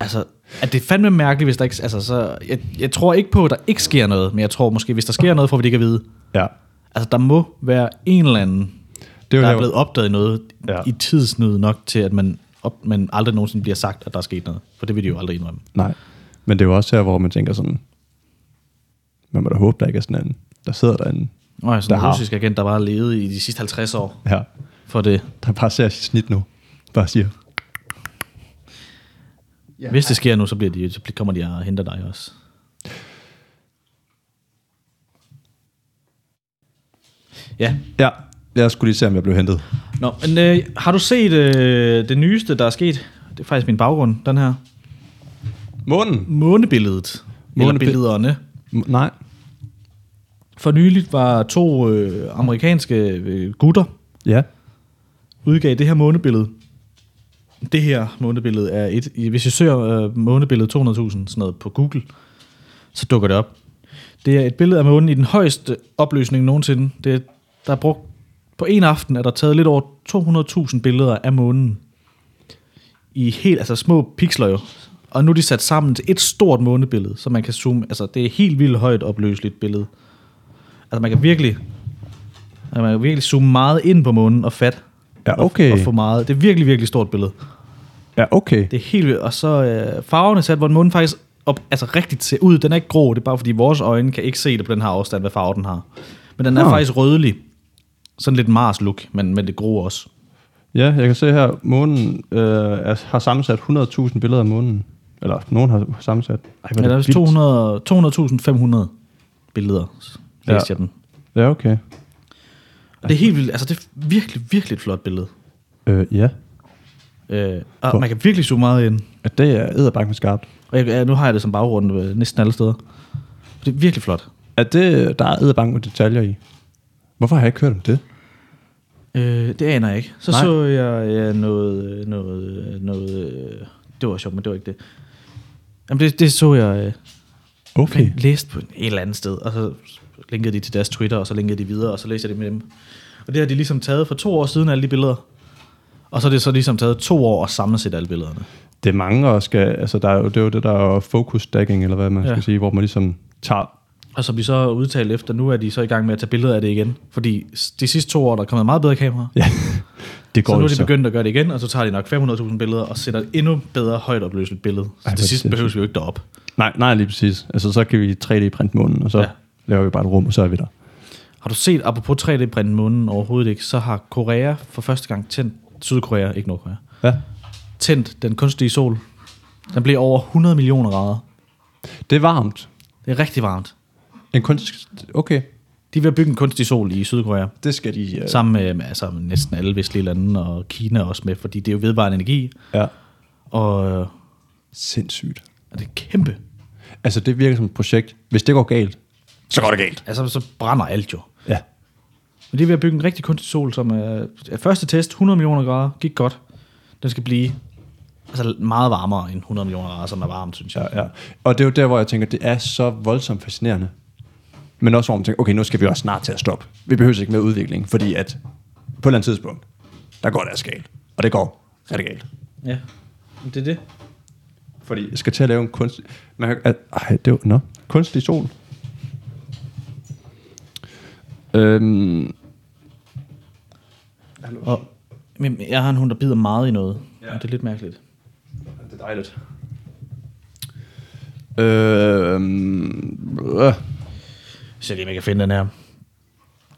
Speaker 1: altså, at det er fandme mærkeligt, hvis der ikke... Altså, så, jeg, jeg tror ikke på, at der ikke sker noget, men jeg tror måske, hvis der sker noget, får vi det ikke at vide.
Speaker 2: Ja.
Speaker 1: Altså, der må være en eller anden,
Speaker 2: Det er jo
Speaker 1: der
Speaker 2: der-
Speaker 1: er blevet opdaget noget
Speaker 2: Ja.
Speaker 1: ja. i tidsnød nok til, at man, op, man aldrig nogensinde bliver sagt, at der er sket noget. For det vil de jo aldrig indrømme.
Speaker 2: Nej. Men det er jo også her, hvor man tænker sådan... Man må da håbe, der ikke er sådan en... Der sidder der en...
Speaker 1: Og sådan en
Speaker 2: Der har-
Speaker 1: russisk agent, der bare har levet i de sidste 50 år
Speaker 2: Ja.
Speaker 1: for det.
Speaker 2: Der bare ser sit snit nu. Bare siger...
Speaker 1: Ja. Hvis det sker nu, så, bliver de, så kommer de og henter dig også. Ja.
Speaker 2: Ja, jeg skulle lige se, om jeg blev hentet.
Speaker 1: Nå, men øh, har du set øh, det nyeste, der er sket? Det er faktisk min baggrund, den her.
Speaker 2: Månen?
Speaker 1: Månebilledet. Eller
Speaker 2: Månebill-
Speaker 1: billederne.
Speaker 2: M- nej.
Speaker 1: For nyligt var to øh, amerikanske øh, gutter,
Speaker 2: Ja.
Speaker 1: udgav det her månebillede. Det her månebillede er et... i- Hvis I søger øh, månebillede 200.000 sådan noget på Google, så dukker det op. Det er et billede af månen i den højeste opløsning nogensinde. Det er, der er brugt... På en aften er der taget lidt over 200.000 billeder af månen. I helt, altså små pixler jo. Og nu er de sat sammen til et stort månebillede, så man kan zoome... Altså, det er et helt vildt højt opløseligt billede. Altså, man kan virkelig... altså, Man kan virkelig zoome meget ind på månen og fat
Speaker 2: Ja,
Speaker 1: og
Speaker 2: okay.
Speaker 1: for meget. Det er virkelig, virkelig stort billede.
Speaker 2: Ja, okay.
Speaker 1: Det er helt vildt. Og så øh, farverne sat, hvor den månen faktisk op, altså rigtigt ser ud. Den er ikke grå, det er bare fordi vores øjne kan ikke se det på den her afstand, hvad farve den har. Men den er
Speaker 2: Nå.
Speaker 1: faktisk rødlig. Sådan lidt Mars-look, men, men det grå også.
Speaker 2: Ja, jeg kan se her, månen øh, er, har sammensat 100.000 billeder af månen. Eller nogen har sammensat. Ej,
Speaker 1: Men der er vist 200 200.500 billeder, læste
Speaker 2: Ja.
Speaker 1: ja. jeg den.
Speaker 2: Ja, okay.
Speaker 1: Og det er helt vildt, altså det er virkelig, virkelig et flot billede.
Speaker 2: Øh, ja.
Speaker 1: Øh, og
Speaker 2: Hvor-
Speaker 1: man kan virkelig zoome meget ind.
Speaker 2: Ja, Det er æderbank med skarpt.
Speaker 1: Og jeg, ja, nu har jeg det som baggrund øh, næsten alle steder. Det er virkelig flot.
Speaker 2: Er det, der er æderbank med detaljer i? Hvorfor har jeg ikke hørt om det?
Speaker 1: Øh, det aner jeg ikke. Så
Speaker 2: Nej.
Speaker 1: Nej. så jeg ja, noget, øh, noget, noget... øh, Det var sjovt, men det var ikke det. Jamen, det, det så jeg... Øh,
Speaker 2: Okay.
Speaker 1: jeg læste på et eller andet sted, og så linkede de til deres Twitter, og så linkede de videre, og så læste jeg det med dem. Og det har de ligesom taget for to år siden, alle de billeder. Og så er det så ligesom taget to år at sammensætte alle billederne.
Speaker 2: Det er mange, og skal, altså, der er jo, det er jo det, der er focus stacking, eller hvad man ja.
Speaker 1: Ja.
Speaker 2: skal sige, hvor man ligesom tager...
Speaker 1: Og som de så udtalt efter, nu er de så i gang med at tage billeder af det igen. Fordi s- de sidste to år, der er kommet meget bedre kameraer.
Speaker 2: Ja, det går
Speaker 1: Så nu
Speaker 2: jo
Speaker 1: er de begyndt at gøre det igen, og så tager de nok 500.000 billeder og sætter et endnu bedre højtopløseligt billede. Så
Speaker 2: Ej, hvor
Speaker 1: Ej, til sidst
Speaker 2: sindssygt.
Speaker 1: behøves vi jo ikke derop.
Speaker 2: Nej, nej, lige præcis. Altså, så kan vi 3D-printe månen, og så ja.
Speaker 1: Ja.
Speaker 2: laver vi bare et rum, og så er vi der.
Speaker 1: Har du set, apropos 3D-printen månen overhovedet ikke, så har Korea for første gang tændt, Sydkorea, ikke Nordkorea,
Speaker 2: Ja.
Speaker 1: tændt den kunstige sol. Den blev over 100 millioner grader.
Speaker 2: Det er varmt.
Speaker 1: Det er rigtig varmt.
Speaker 2: En kunst... Okay,
Speaker 1: De er ved at bygge en kunstig sol i Sydkorea.
Speaker 2: det skal de... øh,
Speaker 1: Sammen med øhm, altså, næsten alle vestlige lande og Kina også med, fordi det er jo vedvarende energi.
Speaker 2: Ja.
Speaker 1: Og øh,
Speaker 2: Sindssygt.
Speaker 1: er det kæmpe.
Speaker 2: Altså, det virker som et projekt. Hvis det går galt, så går det galt.
Speaker 1: Altså, så brænder alt jo.
Speaker 2: Ja.
Speaker 1: Men det er ved at bygge en rigtig kunstig sol, som er er første test, 100 millioner grader, gik godt. Den skal blive altså, meget varmere end 100 millioner grader, som er varmt, synes jeg.
Speaker 2: Ja, ja. Og det er jo der, hvor jeg tænker, det er så voldsomt fascinerende. Men også hvor man tænker, okay, nu skal vi også snart til at stoppe. Vi behøver ikke mere udvikling, fordi at på et eller andet tidspunkt, der går det altså galt. Og det går rigtig galt.
Speaker 1: ja. Men Det er det.
Speaker 2: Fordi jeg skal til at lave en kunst... Man kan, at, ej, det var... Nå. Kunstig sol. Øhm,
Speaker 1: Og, men jeg har en hund, der bider meget i noget. Ja. Og det er lidt mærkeligt.
Speaker 2: det er dejligt. Øhm, øh.
Speaker 1: Så lige, om jeg kan finde den her.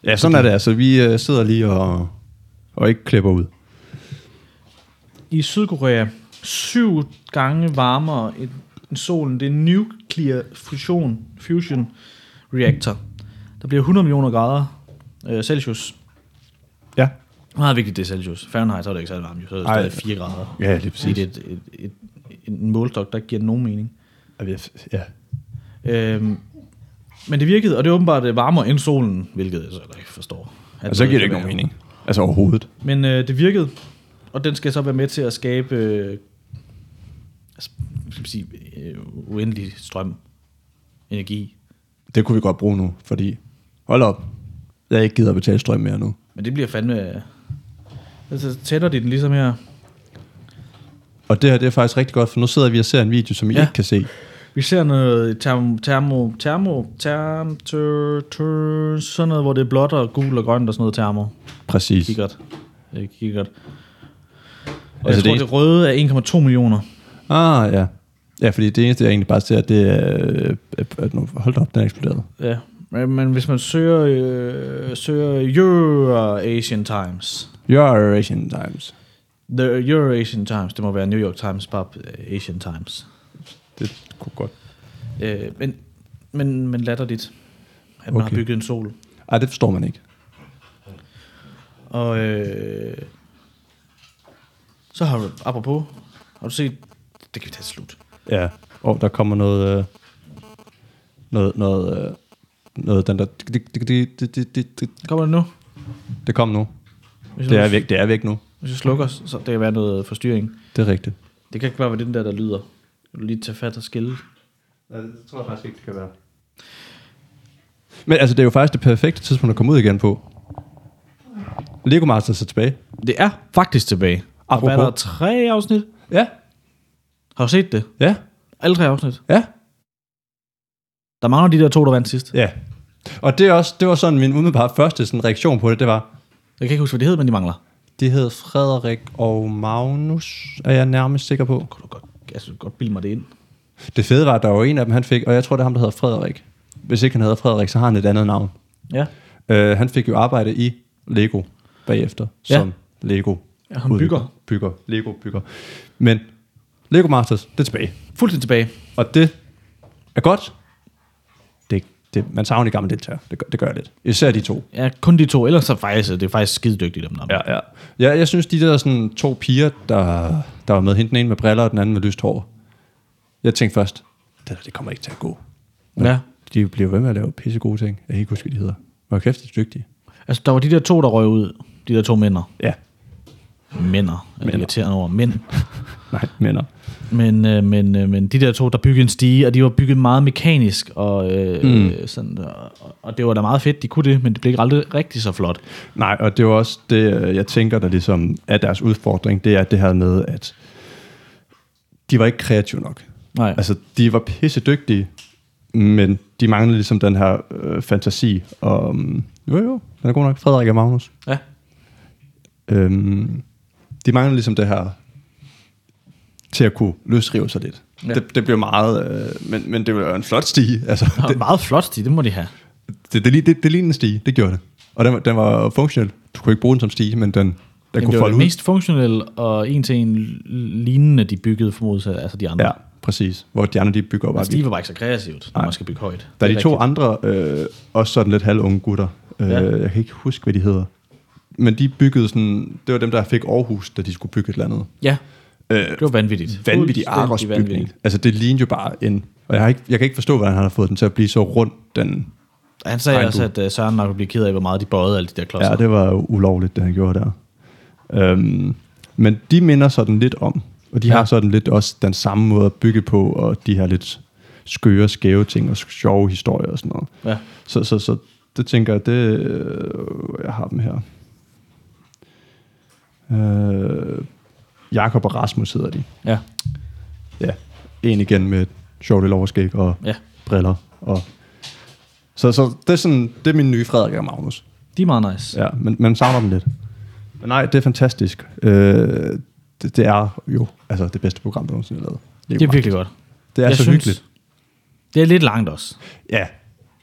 Speaker 2: Ja, sådan er det altså. Vi øh, sidder lige og, og ikke klipper ud.
Speaker 1: I Sydkorea, syv gange varmere end solen. Det er en nuclear fusion, fusion reactor. Der bliver 100 millioner grader øh, Celsius.
Speaker 2: Ja.
Speaker 1: Meget vigtigt, det er Celsius. Fahrenheit, så er det ikke særlig varmt. jo. Så er det
Speaker 2: Ej.
Speaker 1: stadig 4 grader.
Speaker 2: Ja, lige
Speaker 1: Fordi det er et, et, et, en målstok, der ikke giver nogen mening.
Speaker 2: Ja.
Speaker 1: Øhm, men det virkede, og det er åbenbart øh, varmere end solen, hvilket jeg så heller ikke forstår. At
Speaker 2: Og Altså, så giver det ikke nogen mening. Altså overhovedet.
Speaker 1: Men øh, det virkede, og den skal så være med til at skabe øh, altså, hvad skal man sige, øh, uendelig strøm, energi.
Speaker 2: Det kunne vi godt bruge nu, fordi... Hold op. Jeg ikke gider at betale strøm mere nu.
Speaker 1: Men det bliver fandme... øh, Altså, tænder de den ligesom her.
Speaker 2: Og det her, det er faktisk rigtig godt, for nu sidder vi og ser en video, som I
Speaker 1: Ja.
Speaker 2: ja. ikke kan se.
Speaker 1: Vi ser noget termo, termo, termo, term, ter, ter, sådan noget, hvor det er blåt og gul og grønt og sådan noget termo.
Speaker 2: Præcis.
Speaker 1: Kikkert. Øh, Kikkert. Og
Speaker 2: Altså,
Speaker 1: jeg tror, det,
Speaker 2: det-
Speaker 1: det røde er 1,2 millioner.
Speaker 2: Ah, ja. Ja, fordi det eneste, jeg egentlig bare ser, det er... øh, at- at nu- Hold da op, den er eksploderet.
Speaker 1: Ja. Men, men hvis man søger, øh, søger Eurasian Times,
Speaker 2: Your Asian Times.
Speaker 1: The Eurasian Times, det må være New York Times, bare øh, Asian Times.
Speaker 2: Det kunne godt.
Speaker 1: Øh, men, men, men latterligt, at man okay. har
Speaker 2: Okay.
Speaker 1: bygget en sol.
Speaker 2: Ej, det forstår man ikke.
Speaker 1: Og øh, så har du, apropos, har du set, det kan vi tage til slut.
Speaker 2: Ja. Og der kommer noget... Øh, noget, noget, øh, noget den der... Det, det, det, det, det, det, det,
Speaker 1: Kommer det nu?
Speaker 2: det kom nu.
Speaker 1: Hvis
Speaker 2: Det
Speaker 1: jeg,
Speaker 2: er væk, det er væk nu.
Speaker 1: Hvis jeg slukker, så det kan være noget forstyrring.
Speaker 2: Det er rigtigt.
Speaker 1: Det kan ikke bare være den der, der lyder. Kan du lige tage fat og skille?
Speaker 2: Ja, det tror jeg faktisk ikke, det kan være. Men altså, det er jo faktisk det perfekte tidspunkt at komme ud igen på. Lego Masters er tilbage.
Speaker 1: Det er faktisk tilbage.
Speaker 2: Apropos.
Speaker 1: Apropos. Hvad er der tre afsnit?
Speaker 2: Ja.
Speaker 1: Har du set det?
Speaker 2: Ja.
Speaker 1: Alle tre afsnit.
Speaker 2: Ja.
Speaker 1: Der mangler de der to, der vandt sidst.
Speaker 2: Ja. Og det, er også, det var sådan min umiddelbare første sådan, reaktion på det, det var,
Speaker 1: Jeg kan ikke huske, hvad de hed, men de mangler.
Speaker 2: de hed Frederik og Magnus, er jeg nærmest sikker på.
Speaker 1: Kunne du godt, altså, godt bilde mig det ind?
Speaker 2: Det fede var, at der var en af dem, han fik, og jeg tror, det er ham, der hedder Frederik. Hvis ikke han hedder Frederik, så har han et andet navn.
Speaker 1: Ja.
Speaker 2: Øh, han fik jo arbejde i Lego bagefter,
Speaker 1: Ja.
Speaker 2: som Lego.
Speaker 1: Ja, han bygger.
Speaker 2: Bygger, Lego bygger. Men Lego Masters, det er tilbage.
Speaker 1: Fuldstændig tilbage.
Speaker 2: Og det er godt. Det, det, man savner de gamle deltagere. Det, gør- det gør jeg lidt. Især de to.
Speaker 1: Ja, kun de to. Ellers så faktisk, det er faktisk skide dygtigt, dem der.
Speaker 2: Ja, ja. ja jeg synes, de der sådan, to piger, der, der var med, hende den ene med briller, og den anden med lyst hår. Jeg tænkte først, det, der, det kommer ikke til at gå.
Speaker 1: ja.
Speaker 2: De bliver ved med at lave pisse gode ting. Jeg kan ikke huske, hvad de hedder. Hvor kæft, de er dygtige.
Speaker 1: Altså, der var de der to, der røg ud. De der to mænder.
Speaker 2: Ja,
Speaker 1: Mænder. Jeg er
Speaker 2: Mænder.
Speaker 1: Øh, irriterende over mænd.
Speaker 2: nej, mænder.
Speaker 1: Men, øh, men, øh, men de der to, der byggede en stige, og de var bygget meget mekanisk, og, øh, mm. sådan, og, og det var da meget fedt, de kunne det, men det blev ikke aldrig rigtig så flot.
Speaker 2: Nej, og det er jo også det, øh, jeg tænker, der ligesom er deres udfordring, det er det her med, at de var ikke kreative nok.
Speaker 1: Nej.
Speaker 2: Altså, de var pisse dygtige, men de manglede ligesom den her øh, fantasi. Og, øhm, jo, jo, den er god nok. Frederik og Magnus.
Speaker 1: Ja.
Speaker 2: Øhm, de manglede ligesom det her til at kunne løsrive sig lidt.
Speaker 1: Ja.
Speaker 2: Ja. Det, det blev meget, øh, men, men det var jo en flot stige. Altså,
Speaker 1: Og
Speaker 2: det,
Speaker 1: meget flot stige, det må de have.
Speaker 2: det, det, lig- det, det lignede en stige, det gjorde det. Og den, var- den var funktionel. Du kunne ikke bruge den som stige, men den, den, den
Speaker 1: Den
Speaker 2: kunne
Speaker 1: blev
Speaker 2: folde
Speaker 1: det
Speaker 2: ud.
Speaker 1: mest funktionelle og en til en lignende, de byggede formodet, altså de andre.
Speaker 2: Ja, Præcis, hvor de andre de bygger op.
Speaker 1: Altså, de var bare ikke så kreativt, når
Speaker 2: Nej.
Speaker 1: man skal bygge højt.
Speaker 2: Der er
Speaker 1: Det
Speaker 2: de to
Speaker 1: rigtigt.
Speaker 2: andre, øh, også sådan lidt halvunge gutter. Øh,
Speaker 1: Ja.
Speaker 2: Jeg kan ikke huske, hvad de hedder. Men de byggede sådan... Det var dem, der fik Aarhus, da de skulle bygge et eller andet.
Speaker 1: Ja,
Speaker 2: Øh,
Speaker 1: det var vanvittigt.
Speaker 2: vanvittig Aros
Speaker 1: Fuldstændig
Speaker 2: bygning. Altså, det lignede jo bare en... Og jeg, har ikke, jeg kan ikke forstå, hvordan han har fået den til at blive så rund, den...
Speaker 1: Han sagde
Speaker 2: Ej,
Speaker 1: også,
Speaker 2: du.
Speaker 1: at uh, Søren nok ville blive ked af, hvor meget de bøjede alle de der klodser.
Speaker 2: Ja, det var jo ulovligt, det han gjorde der. Øhm, men de minder sådan lidt om, og de ja.
Speaker 1: Ja.
Speaker 2: har sådan lidt også den samme måde at bygge på, og de har lidt skøre, skæve ting, og sjove historier og sådan noget.
Speaker 1: Ja.
Speaker 2: Så, så, så det tænker jeg, det, øh, jeg har dem her. Øh, Jakob og Rasmus hedder de.
Speaker 1: Ja.
Speaker 2: Ja. En igen med et sjovt lille overskæg og
Speaker 1: Ja.
Speaker 2: briller. Og så, så det, er sådan, det er min nye Frederik og Magnus.
Speaker 1: De er meget nice. Ja.
Speaker 2: Ja, men man savner dem lidt. Men nej, det er fantastisk. Øh, det, det, er jo altså, det bedste program, der nogensinde er lavet.
Speaker 1: Det er virkelig godt.
Speaker 2: Det er så hyggeligt.
Speaker 1: Det er lidt langt også.
Speaker 2: Ja,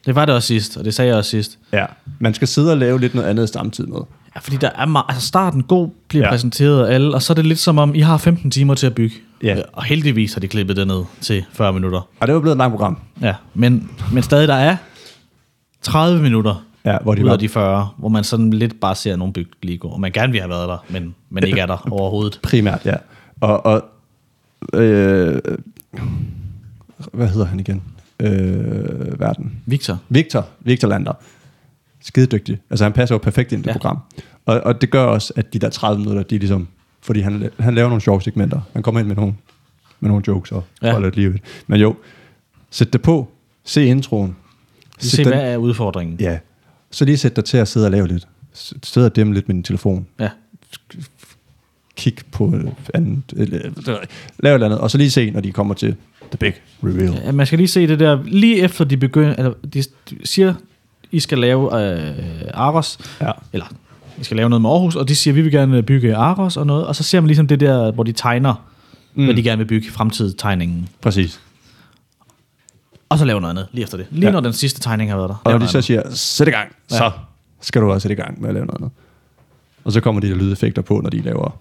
Speaker 1: Det var det også sidst, og det sagde jeg også sidst.
Speaker 2: ja. Man skal sidde og lave lidt noget andet samtidig med.
Speaker 1: Ja, fordi der er meget, altså starten god, bliver
Speaker 2: Ja.
Speaker 1: ja. præsenteret af alle, og så er det lidt som om, I har 15 timer til at bygge.
Speaker 2: Ja.
Speaker 1: Øh, Og heldigvis har de klippet det ned til 40 minutter.
Speaker 2: Og det var blevet et langt program.
Speaker 1: Ja, men, men stadig der er 30 minutter
Speaker 2: Ja, hvor de
Speaker 1: ud
Speaker 2: var-
Speaker 1: af de 40, hvor man sådan lidt bare ser nogen bygge lige gå. Og man gerne vil have været der, men, men ikke er der overhovedet.
Speaker 2: Primært, ja. Og, og øh, hvad hedder han igen? Øh, verden.
Speaker 1: Victor,
Speaker 2: Victor, Victor Lander. Skidedygtig. Altså han passer jo perfekt ind i det ja.
Speaker 1: Ja.
Speaker 2: program. Og, og det gør også, at de der 30 minutter, de er ligesom, fordi han, la- han laver nogle sjove segmenter. Han kommer ind med nogle, med nogle jokes og ja.
Speaker 1: Ja.
Speaker 2: holder det livet. Men jo, sæt det på. Se introen.
Speaker 1: vi
Speaker 2: Sæt
Speaker 1: ser,
Speaker 2: den-
Speaker 1: hvad er udfordringen?
Speaker 2: Ja. Så lige sæt dig til at sidde og lave lidt. S- Sidde og dæmme lidt med din telefon.
Speaker 1: Ja.
Speaker 2: Kig på øh, andet. Eller, lav et eller andet. Og så lige se, når de kommer til The Big Reveal.
Speaker 1: ja. Man skal lige se det der, lige efter de begynder, eller de siger, I skal lave øh, Aros,
Speaker 2: Ja.
Speaker 1: eller I skal lave noget med Aarhus, og de siger, vi vil gerne bygge Aros og noget, og så ser man ligesom det der, hvor de tegner, mm. hvad de gerne vil bygge fremtidstegningen,
Speaker 2: Præcis.
Speaker 1: og så laver noget andet lige efter det. Lige
Speaker 2: Ja.
Speaker 1: ja. når den sidste tegning har været der.
Speaker 2: Og når
Speaker 1: laver
Speaker 2: de
Speaker 1: noget
Speaker 2: så
Speaker 1: andet.
Speaker 2: siger, sæt i gang, ja. så skal du også sætte i gang med at lave noget andet. Og så kommer de der lydeffekter på, når de laver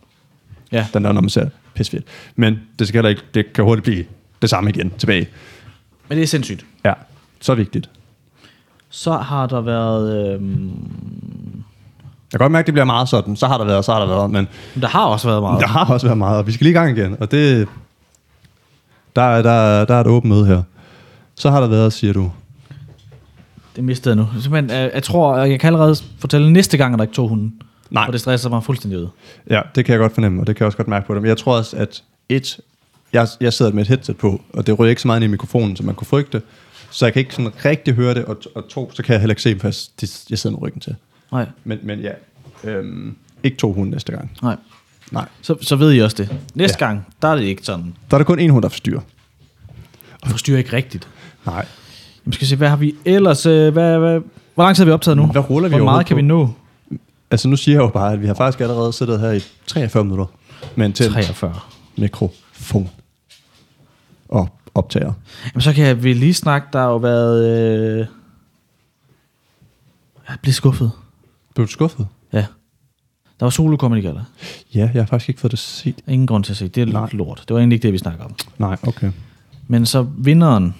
Speaker 1: ja.
Speaker 2: den der, når man ser pissefedt. Men det, skal heller ikke, det kan hurtigt blive det samme igen tilbage.
Speaker 1: Men det er sindssygt.
Speaker 2: Ja, så vigtigt.
Speaker 1: Så har der været... Øhm,
Speaker 2: Jeg kan godt mærke, det bliver meget sådan. Så har der været, så har der været, men
Speaker 1: der har også været meget.
Speaker 2: der har også været meget, og vi skal lige i gang igen. Og det, der, er- der, er- der er et åbent møde her. Så har der været, siger du.
Speaker 1: Det mistede jeg nu. Men øh, jeg tror, jeg kan allerede fortælle, næste gang er der ikke to hunde.
Speaker 2: Nej.
Speaker 1: Og det stresser mig fuldstændig ud.
Speaker 2: Ja, det kan jeg godt fornemme, og det kan jeg også godt mærke på dem. Jeg tror også, at et, jeg, jeg sidder med et headset på, og det ryger ikke så meget ind i mikrofonen, som man kunne frygte, så jeg kan ikke sådan rigtig høre det, og, og to, så kan jeg heller ikke se dem, for jeg, de- jeg sidder med ryggen til.
Speaker 1: Nej,
Speaker 2: Men, men ja, øhm, ikke to hunde næste gang.
Speaker 1: nej.
Speaker 2: Nej.
Speaker 1: Så, så ved I også det. Næste
Speaker 2: Ja.
Speaker 1: ja. gang, der er det ikke sådan.
Speaker 2: Der er der kun én hund, der forstyrrer.
Speaker 1: Og forstyrrer ikke rigtigt.
Speaker 2: Nej.
Speaker 1: Jamen skal vi se, hvad har vi ellers... Øh, hvad, hvad, hvor lang tid har vi optaget nu?
Speaker 2: Hvad ruller vi
Speaker 1: Hvor meget
Speaker 2: overhovedet
Speaker 1: kan vi nå?
Speaker 2: Altså nu siger jeg jo bare, at vi har faktisk allerede siddet her i 43 minutter med en tændt
Speaker 1: 43.
Speaker 2: mikrofon og optager.
Speaker 1: Jamen så kan jeg vi lige snakke, der har jo været... Øh, jeg blev skuffet.
Speaker 2: Blev du skuffet?
Speaker 1: Ja. Der var solo comedy Gala.
Speaker 2: Ja, jeg har faktisk ikke fået det set.
Speaker 1: Ingen grund til at se. Det er
Speaker 2: Nej.
Speaker 1: lidt lort. Det var egentlig ikke det, vi snakker om.
Speaker 2: Nej, okay.
Speaker 1: Men så vinderen,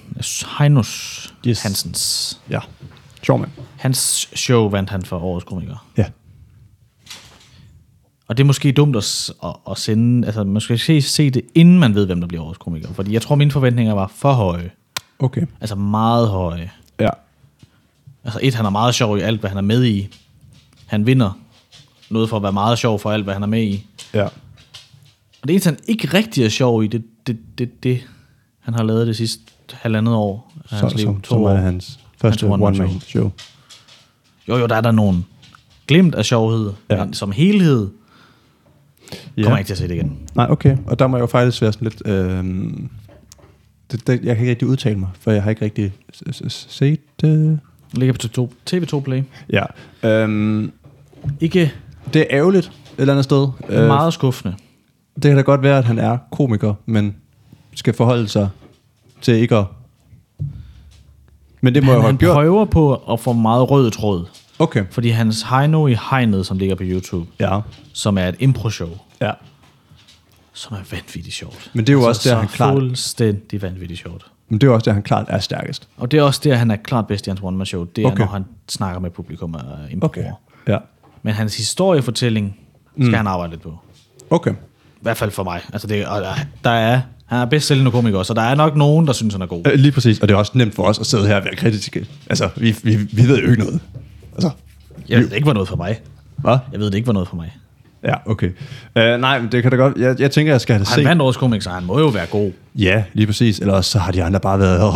Speaker 1: Heinus
Speaker 2: Yes.
Speaker 1: yes. Hansens,
Speaker 2: Ja. Sjov mand.
Speaker 1: hans show vandt han for årets komiker.
Speaker 2: Ja.
Speaker 1: Og det er måske dumt at, s- at, at sende, altså man skal se, se det, inden man ved, hvem der bliver årets komiker. Fordi jeg tror, mine forventninger var for høje.
Speaker 2: Okay.
Speaker 1: Altså meget høje.
Speaker 2: Ja.
Speaker 1: Altså et, han er meget sjov i alt, hvad han er med i. Han vinder noget for at være meget sjov for alt, hvad han er med i.
Speaker 2: Ja.
Speaker 1: Og det eneste, han ikke rigtig er sjov i, det det, det, det han har lavet det sidste halvandet år af hans liv.
Speaker 2: som, som
Speaker 1: år.
Speaker 2: er hans første
Speaker 1: one-man
Speaker 2: one-man show.
Speaker 1: Jo, jo, der er der nogen glemt af sjovhed,
Speaker 2: Ja.
Speaker 1: ja. men som helhed ja. kommer jeg ikke til at se det igen.
Speaker 2: Nej, okay. Og der må jeg jo faktisk være sådan lidt... Øh, det, det, jeg kan ikke rigtig udtale mig, for jeg har ikke rigtig s- s- s- set det.
Speaker 1: Det ligger på TV2 TV2 Play.
Speaker 2: Ja. Øhm,
Speaker 1: Ikke
Speaker 2: det er ærgerligt et eller andet sted.
Speaker 1: øh. meget skuffende.
Speaker 2: Det kan da godt være, at han er komiker, men skal forholde sig til ikke at... Men det må jeg jo
Speaker 1: Han,
Speaker 2: have
Speaker 1: han
Speaker 2: gjort.
Speaker 1: prøver på at få meget rød tråd,
Speaker 2: Okay.
Speaker 1: fordi hans Heino i Hegnet, som ligger på YouTube,
Speaker 2: Ja.
Speaker 1: som er et impro-show,
Speaker 2: Ja.
Speaker 1: som er vanvittigt sjovt. Altså,
Speaker 2: Men det er jo også der,
Speaker 1: så
Speaker 2: han klart-
Speaker 1: Fuldstændig vanvittigt sjovt.
Speaker 2: Men det er jo også der, han klart er stærkest.
Speaker 1: Og det er også der, han er klart bedst i hans one-man show. Det er,
Speaker 2: Okay.
Speaker 1: når han snakker med publikum og improver. Okay.
Speaker 2: Ja.
Speaker 1: Men hans historiefortælling skal mm. han arbejde lidt på.
Speaker 2: Okay.
Speaker 1: I hvert fald for mig. Altså det, og der- der er, han er bedst sælgende komiker, så der er nok nogen, der synes, han er god.
Speaker 2: Øh, Lige præcis, og det er også nemt for os at sidde her og være kritiske. Altså, vi, vi, vi ved jo ikke noget. Altså,
Speaker 1: Jeg ved det ikke, var noget for mig.
Speaker 2: hvad?
Speaker 1: Jeg ved det ikke, var noget for mig.
Speaker 2: Ja, okay. Uh, nej, men det kan da godt... Jeg, jeg tænker, jeg skal have det
Speaker 1: Han
Speaker 2: set.
Speaker 1: vandt årets komiker, så han må jo være god.
Speaker 2: Ja, lige præcis. Eller også så har de andre bare været åh,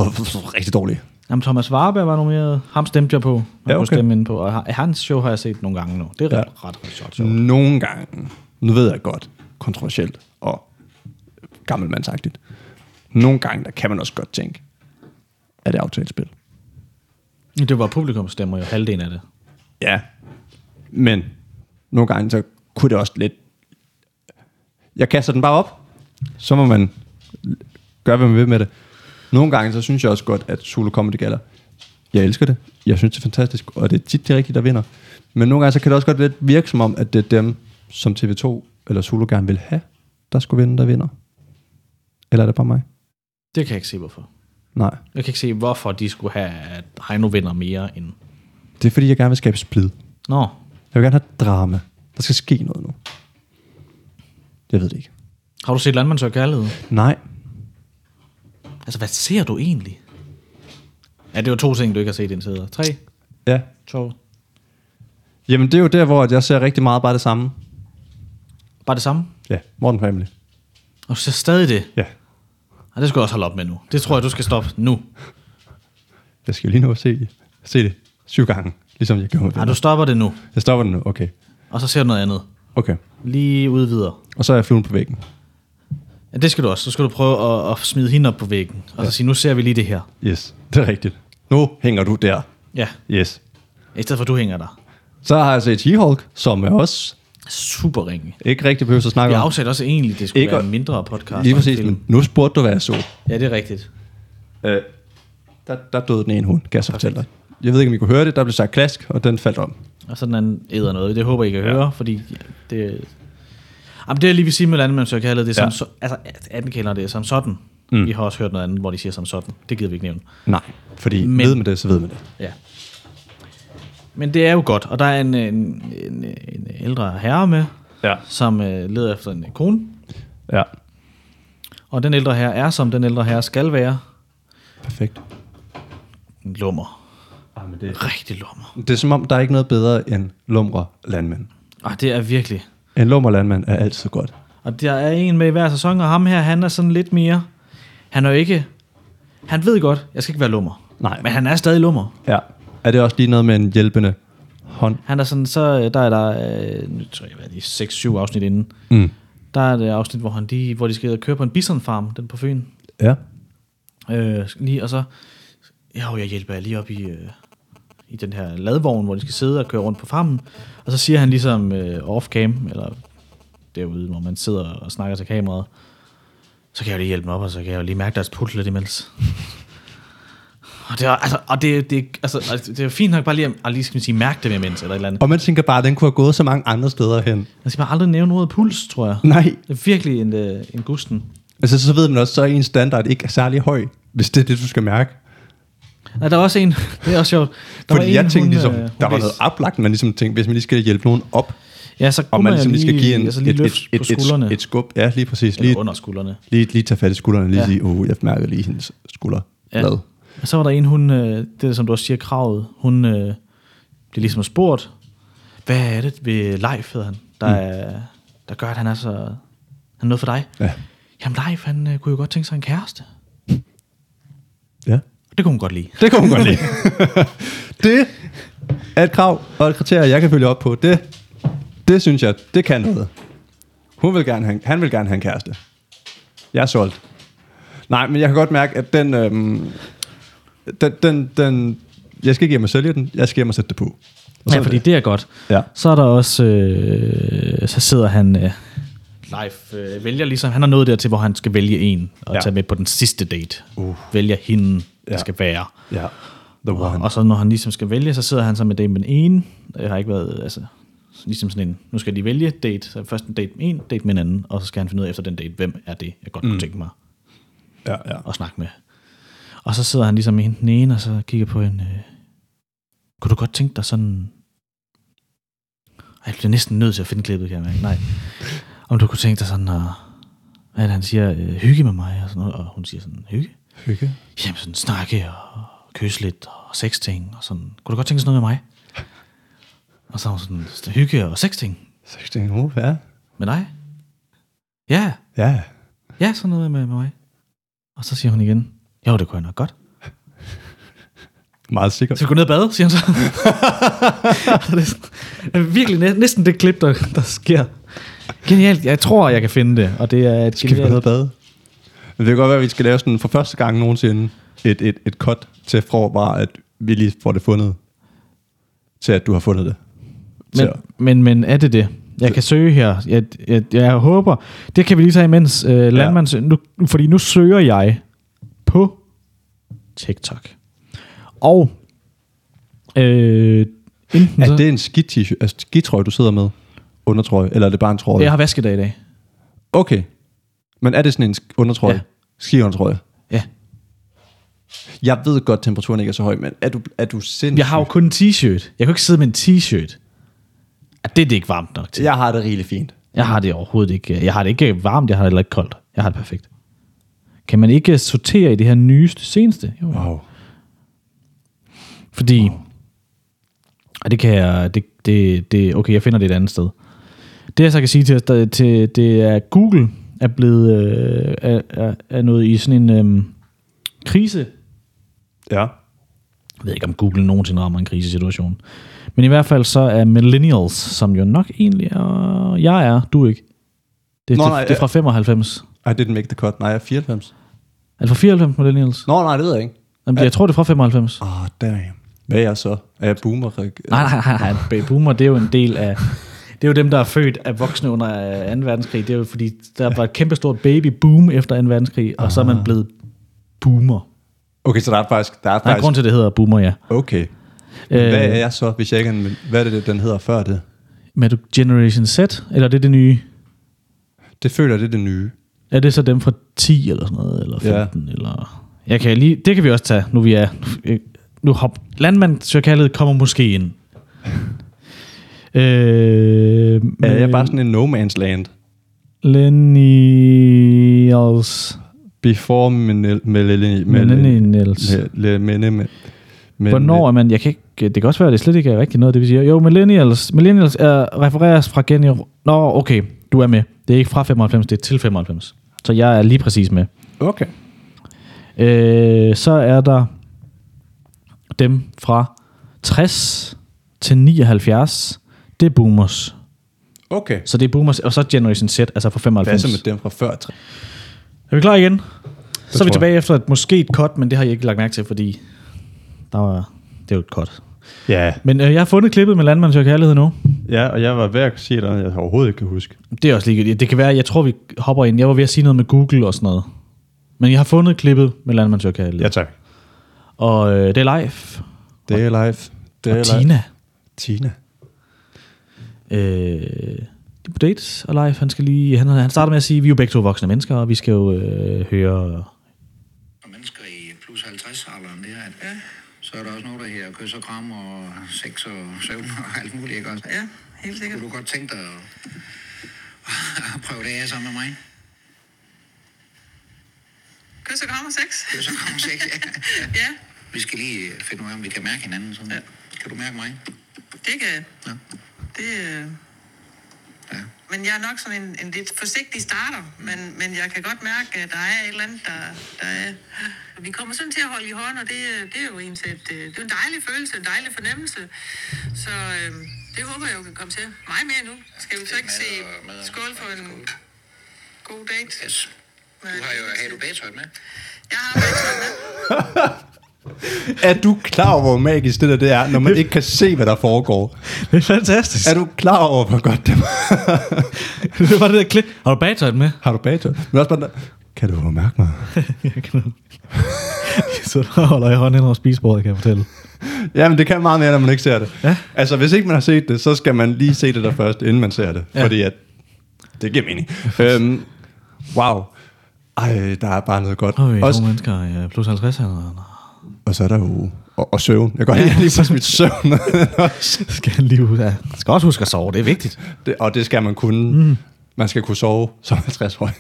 Speaker 2: rigtig dårlige.
Speaker 1: Jamen, Thomas Warberg var nomineret. Ham stemte jeg på. Man
Speaker 2: Ja,
Speaker 1: kunne
Speaker 2: okay.
Speaker 1: stemme ind på. Og ha- hans show har jeg set nogle gange nu. Det er ret, ret, ret sjovt show.
Speaker 2: Nogle gange, nu ved jeg godt, kontroversielt og gammelmandsagtigt, nogle gange, der kan man også godt tænke, er det aftalt spil?
Speaker 1: Mm. Det var publikum stemmer jo halvdelen af det.
Speaker 2: Ja, men nogle gange, så kunne det også lidt... Jeg kaster den bare op, så må man gøre, hvad man vil med det. Nogle gange, så synes jeg også godt, at solo comedy gælder. Jeg elsker det. Jeg synes, det er fantastisk, og det er tit de rigtige, der vinder. Men nogle gange, så kan det også godt lidt virke som om, at det er dem, som TV2 eller Solo gerne vil have, der skulle vinde, der vinder. Eller er det bare mig?
Speaker 1: Det kan jeg ikke se, hvorfor.
Speaker 2: Nej.
Speaker 1: Jeg kan ikke se, hvorfor de skulle have, at Heino vinder mere end...
Speaker 2: Det er fordi, jeg gerne vil skabe splid.
Speaker 1: Nå,
Speaker 2: Jeg vil gerne have drama. Der skal ske noget nu. Jeg ved det ikke.
Speaker 1: har du set Landmand Søger Kærlighed?
Speaker 2: Nej,
Speaker 1: Altså, hvad ser du egentlig? Ja, det var to ting, du ikke har set indtil videre. Tre,
Speaker 2: Ja.
Speaker 1: to.
Speaker 2: Jamen, det er jo der, hvor at jeg ser rigtig meget bare det samme.
Speaker 1: Bare det samme?
Speaker 2: Ja. Morten Family.
Speaker 1: Og så stadig det.
Speaker 2: Ja.
Speaker 1: Og det skal jeg også holde op med nu. Det tror jeg, du skal stoppe nu.
Speaker 2: Jeg skal lige nu se, se det syv gange, ligesom jeg gjorde med
Speaker 1: Nej,
Speaker 2: det.
Speaker 1: du stopper det nu.
Speaker 2: Jeg stopper den nu. Okay.
Speaker 1: Og så ser du noget andet.
Speaker 2: Okay.
Speaker 1: Lige ude videre.
Speaker 2: Og så er jeg fluen på væggen.
Speaker 1: Ja, det skal du også. Så skal du prøve at, at smide hende op på væggen. Og så sige, nu ser vi lige det her.
Speaker 2: Yes, det er rigtigt. Nu hænger du der.
Speaker 1: Ja,
Speaker 2: Yes.
Speaker 1: i stedet for at du hænger der.
Speaker 2: Så har jeg set She-Hulk, som er også
Speaker 1: Super ringe.
Speaker 2: ikke rigtig behøver at
Speaker 1: Vi
Speaker 2: snakke om.
Speaker 1: afsatte også egentlig, det skulle
Speaker 2: Ikke-
Speaker 1: være en mindre podcast.
Speaker 2: Lige
Speaker 1: og en
Speaker 2: præcis,
Speaker 1: film.
Speaker 2: men nu spurgte du, hvad jeg så.
Speaker 1: Ja, det er rigtigt.
Speaker 2: Øh, der, der døde den ene hund, kan jeg så fortælle dig. Jeg ved ikke, om I kunne høre det. Der blev sagt klask, og den faldt om.
Speaker 1: Og sådan en æder noget. Det håber jeg, I kan høre, fordi det... Jamen, det er lige vil sige med landmænd, så jeg kalder det som...
Speaker 2: Ja.
Speaker 1: Så, altså, anden kalder det som sådan. Mm. Vi har også hørt noget andet, hvor de siger som sådan. Det gider vi ikke nævne.
Speaker 2: Nej, fordi
Speaker 1: Men-
Speaker 2: ved man det, så ved man det.
Speaker 1: Ja. Men det er jo godt, og der er en, en, en, en ældre herre med,
Speaker 2: Ja.
Speaker 1: som øh, leder efter en øh, kone.
Speaker 2: Ja.
Speaker 1: Og den ældre herre er, som den ældre herre skal være,
Speaker 2: Perfekt.
Speaker 1: en lummer.
Speaker 2: Ah, men det,
Speaker 1: Rigtig lummer.
Speaker 2: Det er som om, der er ikke noget bedre end lumre landmænd.
Speaker 1: Og Ah, det er virkelig...
Speaker 2: En lumre landmand er altid godt.
Speaker 1: Og der er en med i hver sæson, og ham her, han er sådan lidt mere... Han er jo ikke... Han ved godt, jeg skal ikke være lummer.
Speaker 2: Nej.
Speaker 1: Men han er stadig lummer.
Speaker 2: Ja. Er det også lige noget med en hjælpende hånd?
Speaker 1: Han er sådan, så øh, der er der, øh, nu tror jeg, hvad er de, 6-7 afsnit inden.
Speaker 2: Mm.
Speaker 1: Der er et afsnit, hvor, han, de, hvor de skal ud og køre på en bisonfarm, den på Fyn.
Speaker 2: Ja.
Speaker 1: Øh, lige, og så, ja, jo, jeg hjælper jer lige op i, øh, i den her ladvogn, hvor de skal sidde og køre rundt på farmen. Og så siger han ligesom øh, off-cam, eller derude, hvor man sidder og snakker til kameraet, så kan jeg jo lige hjælpe dem op, og så kan jeg jo lige mærke deres putler lidt imens. Og det er, altså, og det, det, altså, altså, det er jo fint nok bare lige at, at lige, skal man sige, mærke dem imens, eller et eller andet.
Speaker 2: Og man tænker bare, at den kunne have gået så mange andre steder hen.
Speaker 1: Man skal bare aldrig nævne ordet puls, tror jeg.
Speaker 2: Nej.
Speaker 1: Det er virkelig en, øh, en gusten.
Speaker 2: Altså, så ved man også, så er en standard ikke er særlig høj, hvis det er det, du skal mærke.
Speaker 1: Nej, der var også en, det er også sjovt. Der
Speaker 2: Fordi jeg tænkte ligesom,
Speaker 1: øh,
Speaker 2: der var
Speaker 1: blev-
Speaker 2: noget oplagt, man ligesom tænkte, hvis man lige skal hjælpe nogen op,
Speaker 1: Ja, så kunne
Speaker 2: og man ligesom lige skal give en,
Speaker 1: altså lige
Speaker 2: et,
Speaker 1: løft
Speaker 2: et,
Speaker 1: på
Speaker 2: et, et,
Speaker 1: skuldrene.
Speaker 2: et, et, skub. Ja, lige præcis.
Speaker 1: eller
Speaker 2: Lige,
Speaker 1: under skuldrene.
Speaker 2: lige, lige tage fat i skuldrene, lige
Speaker 1: Ja.
Speaker 2: ja. sige, åh, oh, jeg mærker lige hendes skulder. Ja.
Speaker 1: Ja. Og så var der en, hun, øh, det er, som du også siger, kravet, hun øh, blev ligesom spurgt, hvad er det ved Leif, hedder han, der, mm. der gør, at han er så, han er noget for dig?
Speaker 2: Ja.
Speaker 1: Jamen Leif, han øh, kunne jo godt tænke sig en kæreste.
Speaker 2: ja.
Speaker 1: Det kunne hun godt lide.
Speaker 2: Det kunne hun godt lide. det er et krav og et kriterie, jeg kan følge op på. Det, det synes jeg, det kan noget. Hun vil gerne have, han vil gerne have en kæreste. Jeg er solgt. Nej, men jeg kan godt mærke, at den... Øhm, den, den, den jeg skal ikke hjem og sælge den, jeg skal hjem og sætte det på. Og så
Speaker 1: Ja,
Speaker 2: er
Speaker 1: fordi det er godt.
Speaker 2: Ja.
Speaker 1: Så er der også, øh, så sidder han, øh, Leif øh, vælger ligesom, han er nået dertil, hvor han skal vælge en, og ja.
Speaker 2: Ja.
Speaker 1: tage med på den sidste date. Uh. Vælger hende, der
Speaker 2: Ja. Uh,
Speaker 1: skal være.
Speaker 2: Ja, the one.
Speaker 1: Og så når han ligesom skal vælge, så sidder han så med det med den ene. Jeg har ikke været, altså, ligesom sådan en, nu skal de vælge date, så først en date med en, date med en anden, og så skal han finde ud af efter den date, hvem er det, jeg godt
Speaker 2: Mm.
Speaker 1: kunne tænke mig
Speaker 2: Ja, ja.
Speaker 1: at snakke med. Og så sidder han ligesom med hende den ene, og så kigger på en, øh, kunne du godt tænke dig sådan, Ej, jeg bliver næsten nødt til at finde klippet, kan jeg mærke. Nej. Om du kunne tænke dig sådan at, hvad er det, han siger, øh, hygge med mig, og sådan noget, og hun siger sådan, hygge?
Speaker 2: Hygge.
Speaker 1: Jamen sådan snakke og kysse lidt og sex ting og sådan. Kunne du godt tænke sådan noget med mig? Og så er hun sådan, "Så hygge og sex ting
Speaker 2: Så jeg tænkte, oh, ja.
Speaker 1: med dig? Ja,
Speaker 2: Ja.
Speaker 1: ja, sådan noget med, med mig. Og så siger hun igen, jo, det kunne jeg nok godt.
Speaker 2: Meget sikkert.
Speaker 1: Så vi går ned og bade, siger hun så. det er sådan- det er virkelig næ- næsten det klip, der, der sker. Genialt, jeg tror, jeg kan finde det, og det er et
Speaker 2: Skal vi gå ned og
Speaker 1: genialt...
Speaker 2: bade? Men det kan godt være, at vi skal lave sådan for første gang nogensinde et, et, et cut til fra bare, at vi lige får det fundet, til at du har fundet det. Til
Speaker 1: Men,
Speaker 2: at-
Speaker 1: men, men er det det? Jeg kan søge her. Jeg, jeg, jeg håber... Det kan vi lige tage imens. Øh, landmands, ja. nu, fordi nu søger jeg på TikTok. Og... Øh, enten
Speaker 2: er
Speaker 1: så,
Speaker 2: det en skidt t-shirt, altså skitrøje, du sidder med? Undertrøje, eller er det bare en trøje?
Speaker 1: jeg har vaskedag i dag.
Speaker 2: Okay. Men er det sådan en sk- undertrøje?
Speaker 1: Ja.
Speaker 2: Ja. Skiundertrøje?
Speaker 1: Ja.
Speaker 2: Jeg ved godt, temperaturen ikke er så høj, men er du, er du sindssyg?
Speaker 1: Jeg har jo kun en t-shirt. Jeg kan jo ikke sidde med en t-shirt. Ja, det er det ikke varmt nok til.
Speaker 2: jeg har det rigeligt fint.
Speaker 1: Jeg har det overhovedet ikke. Jeg har det ikke varmt, jeg har det heller ikke koldt. Jeg har det perfekt. Kan man ikke sortere i det her nyeste, seneste? Jo.
Speaker 2: Wow.
Speaker 1: Fordi, og det kan jeg, det, det, det, okay, jeg finder det et andet sted. Det jeg så kan sige til, os, der- til det er, at Google er blevet, øh, er, er, er noget i sådan en øh, krise.
Speaker 2: Ja.
Speaker 1: Jeg ved ikke, om Google nogensinde rammer en krisesituation. Men i hvert fald så er millennials, som jo nok egentlig er, jeg er, du ikke. Det,
Speaker 2: Nå,
Speaker 1: Nå, det,
Speaker 2: nej,
Speaker 1: det er fra 95.
Speaker 2: I didn't make the cut. Nej, jeg er 94.
Speaker 1: Er det fra 94 millennials?
Speaker 2: Nå, nej, det ved jeg ikke.
Speaker 1: Jamen, jeg tror, det er fra 95.
Speaker 2: Åh, oh, damn. Hvad er jeg så? Er jeg boomer?
Speaker 1: Nej, nej, nej, nej. Baby Boomer, det er jo en del af... Det er jo dem, der er født af voksne under øh, 2. verdenskrig. Det er jo fordi, der var et kæmpestort baby boom efter 2. verdenskrig, og så er man blevet boomer.
Speaker 2: Okay, så der er faktisk... Der er
Speaker 1: Der er en
Speaker 2: faktisk
Speaker 1: grund til, Øh. at det hedder boomer, ja.
Speaker 2: Okay. Hvad er jeg så, hvis jeg ikke er en, Hvad er det, den hedder før det?
Speaker 1: Men er du Generation Z, eller er det det nye?
Speaker 2: Det føler jeg, det er det nye.
Speaker 1: Er det så dem fra 10 eller sådan noget, eller
Speaker 2: Ja.
Speaker 1: 15? Ja. Eller... Jeg kan lige, det kan vi også tage, nu vi er... Nu hop, landmandsjørkaldet kommer måske ind. Øh,
Speaker 2: Er jeg bare sådan en no man's land?
Speaker 1: Millennials.
Speaker 2: Before millennium.
Speaker 1: Millennials. Hvornår er man... Jeg kan ikke, det kan også være, at det slet ikke er rigtigt noget, det vi siger. Jo, millennials, millennials er, refereres fra gen... Nå, okay, du er med. Det er ikke fra 95, det er til 95. Så jeg er lige præcis med.
Speaker 2: Okay.
Speaker 1: Øh, så er der dem fra 60 til 79. Det er boomers.
Speaker 2: Okay.
Speaker 1: Så det er boomers, og så Generation Z, altså fra
Speaker 2: Hvad er
Speaker 1: 95.
Speaker 2: så med dem fra før?
Speaker 1: Er vi klar igen? Så er
Speaker 2: tror
Speaker 1: vi
Speaker 2: jeg.
Speaker 1: tilbage efter et, måske et cut, men det har jeg ikke lagt mærke til, fordi der var, det er jo et cut.
Speaker 2: Ja.
Speaker 1: Men øh, jeg har fundet klippet med Landmand Søger Kærlighed nu.
Speaker 2: ja, og jeg var ved at sige dig, jeg overhovedet ikke kan huske.
Speaker 1: Det er også ligegyldigt. Det kan være, jeg tror, vi hopper ind. Jeg var ved at sige noget med Google og sådan noget. Men jeg har fundet klippet med Landmand Søger Kærlighed. Ja.
Speaker 2: tak.
Speaker 1: Og øh, det er live.
Speaker 2: Det er live. Det er
Speaker 1: og
Speaker 2: live.
Speaker 1: Tina.
Speaker 2: Tina.
Speaker 1: Øh, de er på dates og live. Han, skal lige, han, han starter med at sige, vi er jo begge to voksne mennesker, og vi skal jo øh, høre...
Speaker 3: Og mennesker i plus 50 alderen der, at ja, så er der også noget, der her kys og kram og sex og søvn og alt muligt, ikke også?
Speaker 4: Ja, helt sikkert.
Speaker 3: Kunne du godt tænke dig at, at prøve det af sammen med mig?
Speaker 4: Kys og kram og sex.
Speaker 3: Kys og kram og sex, ja.
Speaker 4: Ja,
Speaker 3: Vi skal lige finde ud af, om vi kan mærke hinanden. Sådan. Ja. Kan du mærke mig?
Speaker 4: det kan jeg.
Speaker 3: Ja.
Speaker 4: Det, øh...
Speaker 3: Ja.
Speaker 4: Men jeg er nok sådan en, en lidt forsigtig starter, men, men jeg kan godt mærke, at der er et eller andet, der, der er... Vi kommer sådan til at holde i hånd, og det, øh, det er jo en, set, øh, det er en dejlig følelse, en dejlig fornemmelse. Så øh, det håber jeg jo kan komme til. Mig mere nu. Skal vi så ikke se
Speaker 3: Mad og- mad og-
Speaker 4: skål for en god date?
Speaker 3: Yes. Du har jo har du bagetøj med.
Speaker 4: Jeg har været med.
Speaker 2: Er du klar over, hvor magisk det der det er, når man ikke kan se, hvad der foregår?
Speaker 1: Det er fantastisk.
Speaker 2: Er du klar over, hvor godt det var?
Speaker 1: det var det der klip. Har du bagtøjet med?
Speaker 2: Har du bagetøj? Men også bare, den der, kan du mærke mig?
Speaker 1: Jeg kan- så der holder jeg hånden ind over spisebordet, kan jeg fortælle.
Speaker 2: Jamen, det kan meget mere, når man ikke ser det. Ja. Altså, hvis ikke man har set det, så skal man lige se det der først, inden man ser det. Ja. Fordi at, det giver mening. øhm, wow. Ej, der er bare noget godt.
Speaker 1: Høj, Også...
Speaker 2: Også,
Speaker 1: nogle mennesker ja, plus 50 eller
Speaker 2: og så er der jo... Og, og søvn. Jeg går lige lige på mit søvn.
Speaker 1: skal han lige ud af. Skal også huske at sove, det er vigtigt.
Speaker 2: det, og det skal man kunne. Mm. Man skal kunne sove som 50 høj.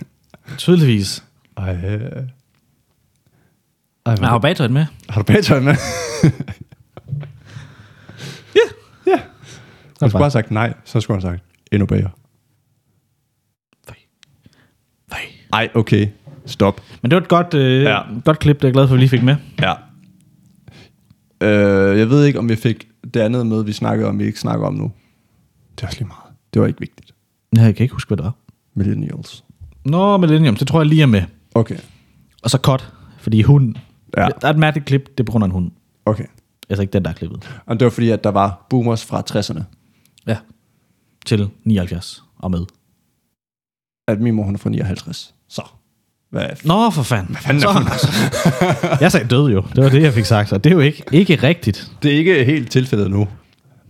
Speaker 1: Tydeligvis.
Speaker 2: Ej, øh. Ej,
Speaker 1: Men har
Speaker 2: hvor-
Speaker 1: du bagtøjet med?
Speaker 2: har du bagtøj med?
Speaker 1: Ja.
Speaker 2: Ja. Han skulle
Speaker 1: fint.
Speaker 2: bare have sagt nej, så skulle han have sagt endnu bedre.
Speaker 1: Nej.
Speaker 2: Ej, okay. Stop.
Speaker 1: Men det var et godt, øh,
Speaker 2: Ja.
Speaker 1: ja. godt klip, det er jeg glad for, at vi lige fik med.
Speaker 2: Ja. Øh, jeg ved ikke, om vi fik det andet med, vi snakkede om, vi ikke snakker om nu. Det er også lige meget. Det var ikke vigtigt.
Speaker 1: Nej, jeg kan ikke huske, hvad det var.
Speaker 2: Millennials.
Speaker 1: Nå, Millennium, det tror jeg lige er med.
Speaker 2: Okay.
Speaker 1: Og så kort, fordi hunden.
Speaker 2: Ja.
Speaker 1: Der er et mærkeligt klip, det er på grund af en hund.
Speaker 2: Okay.
Speaker 1: Altså ikke den, der er klippet.
Speaker 2: Og det var fordi, at der var boomers fra 60'erne.
Speaker 1: Ja. Til 79 og med.
Speaker 2: At min mor, hun er fra 59. Så. Hvad f-
Speaker 1: Nå, for fanden. Hvad
Speaker 2: fanden er hun?
Speaker 1: Jeg sagde død jo. Det var det, jeg fik sagt, og det er jo ikke, ikke rigtigt.
Speaker 2: Det er ikke helt tilfældet nu.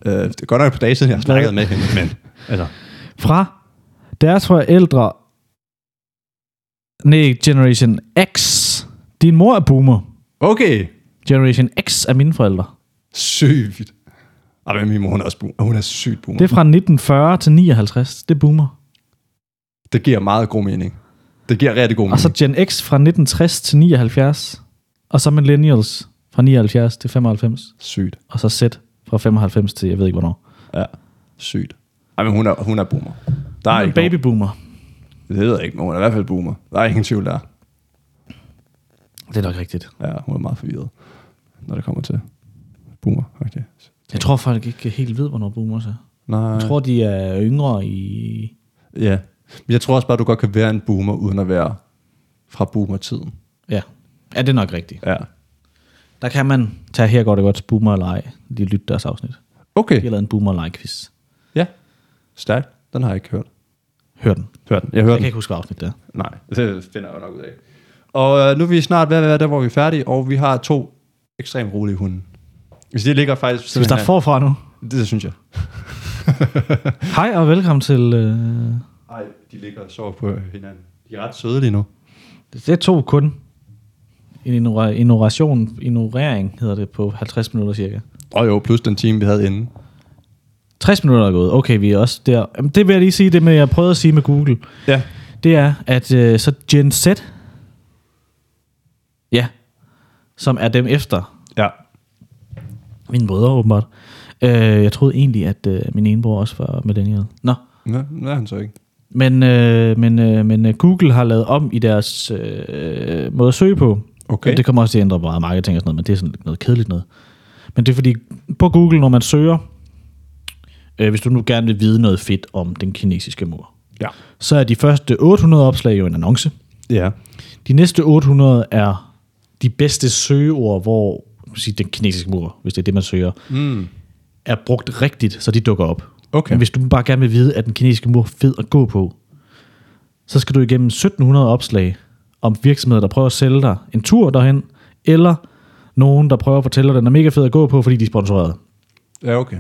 Speaker 2: Øh, det er godt nok på dage siden, jeg har snakket med hende, men... Altså.
Speaker 1: Fra deres forældre... Nej, Generation X. Din mor er boomer.
Speaker 2: Okay.
Speaker 1: Generation X er mine forældre.
Speaker 2: Sygt. Ej, men min mor, hun er også boomer. Hun er sygt boomer.
Speaker 1: Det er
Speaker 2: Det,
Speaker 1: fra 1940 til 59. Det er boomer.
Speaker 2: det giver meget god mening. Det giver rigtig god mening.
Speaker 1: Og så Gen X fra 1960 til 79. Og så Millennials fra 79 til 95.
Speaker 2: Sygt.
Speaker 1: Og så Z fra 95 til jeg ved ikke hvornår.
Speaker 2: Ja. Sygt. Ej, men hun er, hun er boomer. Der er
Speaker 1: Hun er en
Speaker 2: ikke
Speaker 1: baby boomer.
Speaker 2: Nogen, det hedder ikke, men hun er i hvert fald boomer. Der er ingen tvivl der.
Speaker 1: Det er nok rigtigt.
Speaker 2: Ja, hun er meget forvirret, når det kommer til boomer. Okay.
Speaker 1: Jeg tror folk ikke helt ved, hvornår boomers er.
Speaker 2: Nej.
Speaker 1: Jeg tror, de er yngre i...
Speaker 2: Ja. Men jeg tror også bare, du godt kan være en boomer, uden at være fra boomertiden.
Speaker 1: Ja, ja det er nok rigtigt.
Speaker 2: Ja.
Speaker 1: Der kan man tage her godt og godt boomer eller ej. Lige lytte deres afsnit. De har
Speaker 2: Okay.
Speaker 1: lavet en boomer eller ej quiz.
Speaker 2: Ja. Stærkt. Den har jeg ikke hørt.
Speaker 1: Hør den.
Speaker 2: Hør den. Jeg hører
Speaker 1: Jeg kan
Speaker 2: den.
Speaker 1: ikke huske, hvad afsnit det er.
Speaker 2: Nej, det finder jeg jo nok ud af. Og øh, nu er vi snart ved at være der, hvor vi er færdige, og vi har to ekstremt rolige hunde. Hvis de ligger faktisk...
Speaker 1: Så vi starter forfra nu.
Speaker 2: Det, det synes jeg.
Speaker 1: Hej og velkommen til... Øh...
Speaker 2: Nej, de ligger og sover på hinanden. De er ret søde lige nu.
Speaker 1: Det tog kun en ignora- ignoration, ignorering hedder det, på 50 minutter cirka.
Speaker 2: Og jo, plus den time, vi havde inden.
Speaker 1: 60 minutter er gået. Okay, vi er også der. Jamen, det vil jeg lige sige, det med, jeg prøvede at sige med Google.
Speaker 2: Ja.
Speaker 1: Det er, at øh, så Gen Z, ja, som er dem efter
Speaker 2: Ja.
Speaker 1: mine brødre åbenbart. Øh, jeg troede egentlig, at øh, min ene bror også var millennial. Nå,
Speaker 2: Nå, det er han så ikke.
Speaker 1: men, øh, men, øh, men øh, Google har lavet om i deres øh, måde at søge på.
Speaker 2: Okay.
Speaker 1: Og Det kommer også til at ændre meget marketing og sådan noget, men det er sådan lidt noget kedeligt noget. Men det er fordi, på Google, når man søger, øh, hvis du nu gerne vil vide noget fedt om den kinesiske mur,
Speaker 2: Ja.
Speaker 1: så er de første 800 opslag jo en annonce.
Speaker 2: Ja.
Speaker 1: De næste 800 er de bedste søgeord, hvor kan man sige, den kinesiske mur, hvis det er det, man søger, mm. er brugt rigtigt, så de dukker op.
Speaker 2: Okay.
Speaker 1: Men hvis du bare gerne vil vide, at den kinesiske mur er fed at gå på, så skal du igennem 1700 opslag om virksomheder, der prøver at sælge dig en tur derhen, eller nogen, der prøver at fortælle dig, at den er mega fed at gå på, fordi de er sponsoreret.
Speaker 2: Ja, okay.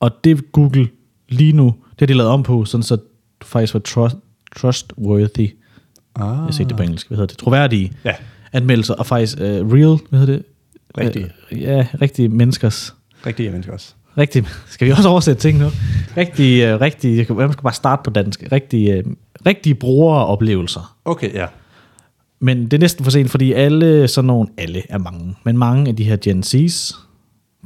Speaker 1: Og det Google lige nu, det har de lavet om på, sådan så du faktisk var trust, trustworthy. Ah. Jeg har set det på engelsk. Hvad hedder det? Troværdige
Speaker 2: Ja.
Speaker 1: anmeldelser. Og faktisk uh, real, hvad hedder det?
Speaker 2: Rigtige.
Speaker 1: Uh, ja, rigtige menneskers.
Speaker 2: Rigtig jeg mennesker også.
Speaker 1: Rigtige, skal vi også oversætte ting nu? Rigtige, uh, rigtige, jeg kan, man skal bare starte på dansk. Rigtige, uh, rigtige brugeroplevelser.
Speaker 2: Okay, ja.
Speaker 1: Men det er næsten for sent, fordi alle sådan nogle, alle er mange, men mange af de her Gen Z's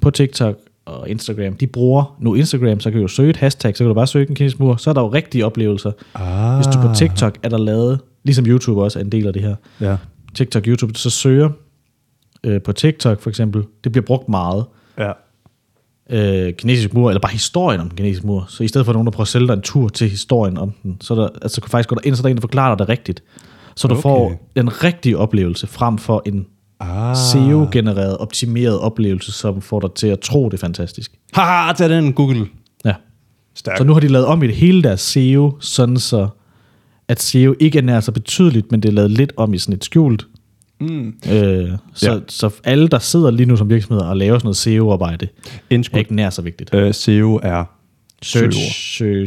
Speaker 1: på TikTok og Instagram, de bruger nu Instagram, så kan du jo søge et hashtag, så kan du bare søge den kinesiske mur, så er der jo rigtige oplevelser. Ah. Hvis du på TikTok er der lavet, ligesom YouTube også er en del af det her,
Speaker 2: Ja.
Speaker 1: TikTok, YouTube, så søger øh, på TikTok for eksempel, det bliver brugt meget,
Speaker 2: Ja.
Speaker 1: øh, kinesisk mur, eller bare historien om den kinesiske mur. Så i stedet for nogen, der prøver at sælge dig en tur til historien om den, så er der, altså, kan du faktisk gå derind, så er der en, der forklarer dig det rigtigt. Så du
Speaker 2: Okay.
Speaker 1: okay. får den rigtige oplevelse, frem for en ah. SEO-genereret, optimeret oplevelse, som får dig til at tro, det er fantastisk.
Speaker 2: Haha, tag den, Google.
Speaker 1: Ja.
Speaker 2: Stærk.
Speaker 1: Så nu har de lavet om i det hele deres SEO, sådan så at SEO ikke er nær så betydeligt, men det er lavet lidt om i sådan et skjult Mm. Øh, så, ja. så alle, der sidder lige nu som virksomheder og laver sådan noget SEO-arbejde, er
Speaker 2: Indskud.
Speaker 1: ikke nær så vigtigt.
Speaker 2: Øh, SEO er
Speaker 1: Search,
Speaker 2: søgeord.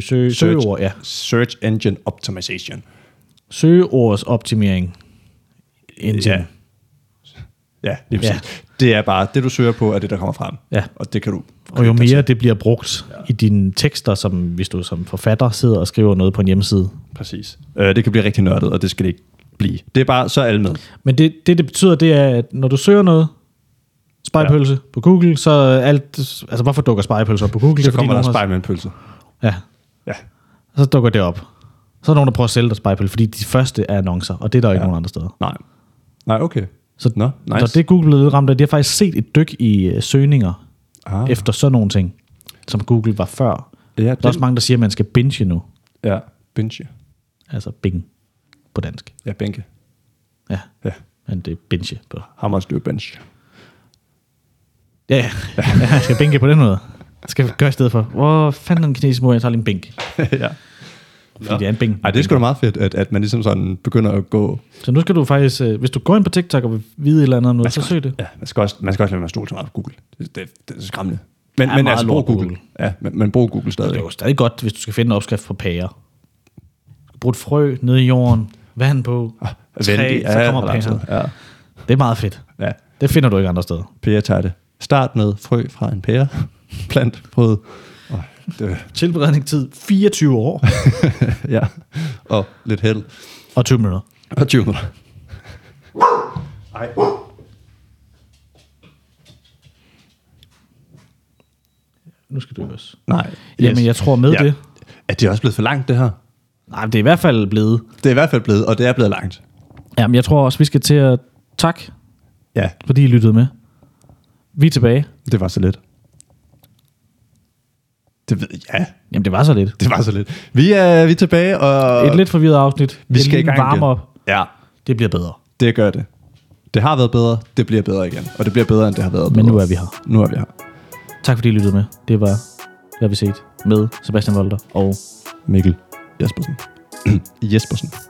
Speaker 1: sø, sø, søgeord, ja.
Speaker 2: Search Engine Optimization.
Speaker 1: Søgeords optimering. Engine. Ja.
Speaker 2: Ja, lige
Speaker 1: Ja.
Speaker 2: præcis. Det er bare, det du søger på, er det, der kommer frem.
Speaker 1: Ja.
Speaker 2: Og det kan du.
Speaker 1: Og jo mere det bliver brugt ja. i dine tekster, som hvis du som forfatter sidder og skriver noget på en hjemmeside.
Speaker 2: Præcis. Øh, det kan blive rigtig nørdet, og det skal det ikke blive. Det er bare, så er alle med.
Speaker 1: Men det, det, det betyder, det er, at når du søger noget, spejpølse ja. på Google, så er alt, altså hvorfor dukker spejpølse op på Google? Det
Speaker 2: Så
Speaker 1: er, fordi
Speaker 2: kommer der
Speaker 1: nogen har-
Speaker 2: spejlmandpølse.
Speaker 1: Ja,
Speaker 2: Ja.
Speaker 1: Og så dukker det op. Så er der nogen, der prøver at sælge dig spejpøl, fordi de første er annoncer, og det er der jo ikke
Speaker 2: Ja.
Speaker 1: nogen andre steder.
Speaker 2: Nej. Nej, okay.
Speaker 1: Så,
Speaker 2: Nå, nice.
Speaker 1: så det Google blev lidt ramt af, de har faktisk set et dyk i øh, søgninger
Speaker 2: Ah.
Speaker 1: ah. efter sådan nogle ting, som Google var før.
Speaker 2: Ja,
Speaker 1: der er
Speaker 2: den-
Speaker 1: også mange, der siger, at man skal binge nu.
Speaker 2: Ja, binge.
Speaker 1: Altså bing på dansk.
Speaker 2: Ja, bænke.
Speaker 1: Ja,
Speaker 2: Ja,
Speaker 1: men det er binge på.
Speaker 2: hammerstyr bench.
Speaker 1: Ja, ja. ja jeg skal binge på den måde. Det skal jeg gøre i stedet for. Hvor fanden er den kinesiske mor, jeg tager lige en bink.
Speaker 2: ja.
Speaker 1: Fordi det er en bing.
Speaker 2: Ej, det er sgu da meget fedt, at, at man ligesom sådan begynder at gå...
Speaker 1: Så nu skal du faktisk, øh, hvis du går ind på TikTok og vil vide et eller andet om noget, så søg det.
Speaker 2: Ja, man skal også, man skal også lade være med at stole så meget på Google. Det, det, det er skræmmende. Men,
Speaker 1: Ja,
Speaker 2: men
Speaker 1: meget
Speaker 2: altså, brug
Speaker 1: lort på
Speaker 2: Google. Google.
Speaker 1: Google.
Speaker 2: Ja, men, men brug Google
Speaker 1: Det
Speaker 2: stadig.
Speaker 1: er jo stadig godt, hvis du skal finde en opskrift på pærer. Brug et frø nede i jorden, vand på, ah, træ,
Speaker 2: Vældig.
Speaker 1: så kommer
Speaker 2: ja,
Speaker 1: pæren.
Speaker 2: Ja,
Speaker 1: Det er meget fedt.
Speaker 2: ja.
Speaker 1: Det finder du ikke andre steder.
Speaker 2: Pære tager det. Start med frø fra en pære. Plant brød. Og, det,
Speaker 1: Tilberedningstid 24 år
Speaker 2: ja. og lidt held.
Speaker 1: og 20 minutter.
Speaker 2: Og 20 minutter. Ej.
Speaker 1: Nu skal du også.
Speaker 2: Nej.
Speaker 1: Jamen, jeg tror med det-
Speaker 2: Er det også blevet for langt, det her?
Speaker 1: Nej, men det er i hvert fald blevet.
Speaker 2: Det er i hvert fald blevet, og det er blevet langt.
Speaker 1: Jamen, jeg tror også, vi skal til at tak,
Speaker 2: Ja,
Speaker 1: fordi I lyttede med. Vi er tilbage.
Speaker 2: det var så lidt. Det ved jeg. Ja,
Speaker 1: Jamen, det var så lidt.
Speaker 2: det var så lidt. Vi er, vi er tilbage, og
Speaker 1: Et lidt forvirret afsnit.
Speaker 2: vi skal i
Speaker 1: en
Speaker 2: gang
Speaker 1: varme
Speaker 2: igen.
Speaker 1: op.
Speaker 2: Ja,
Speaker 1: Det bliver bedre.
Speaker 2: det gør det. Det har været bedre, det bliver bedre igen. Og det bliver bedre, end det har været
Speaker 1: Men
Speaker 2: bedre.
Speaker 1: nu er vi her.
Speaker 2: Nu er vi her.
Speaker 1: Tak, fordi I lyttede med. Det var, hvad vi set med Sebastian Volter og
Speaker 2: Mikkel Jespersen. Jespersen.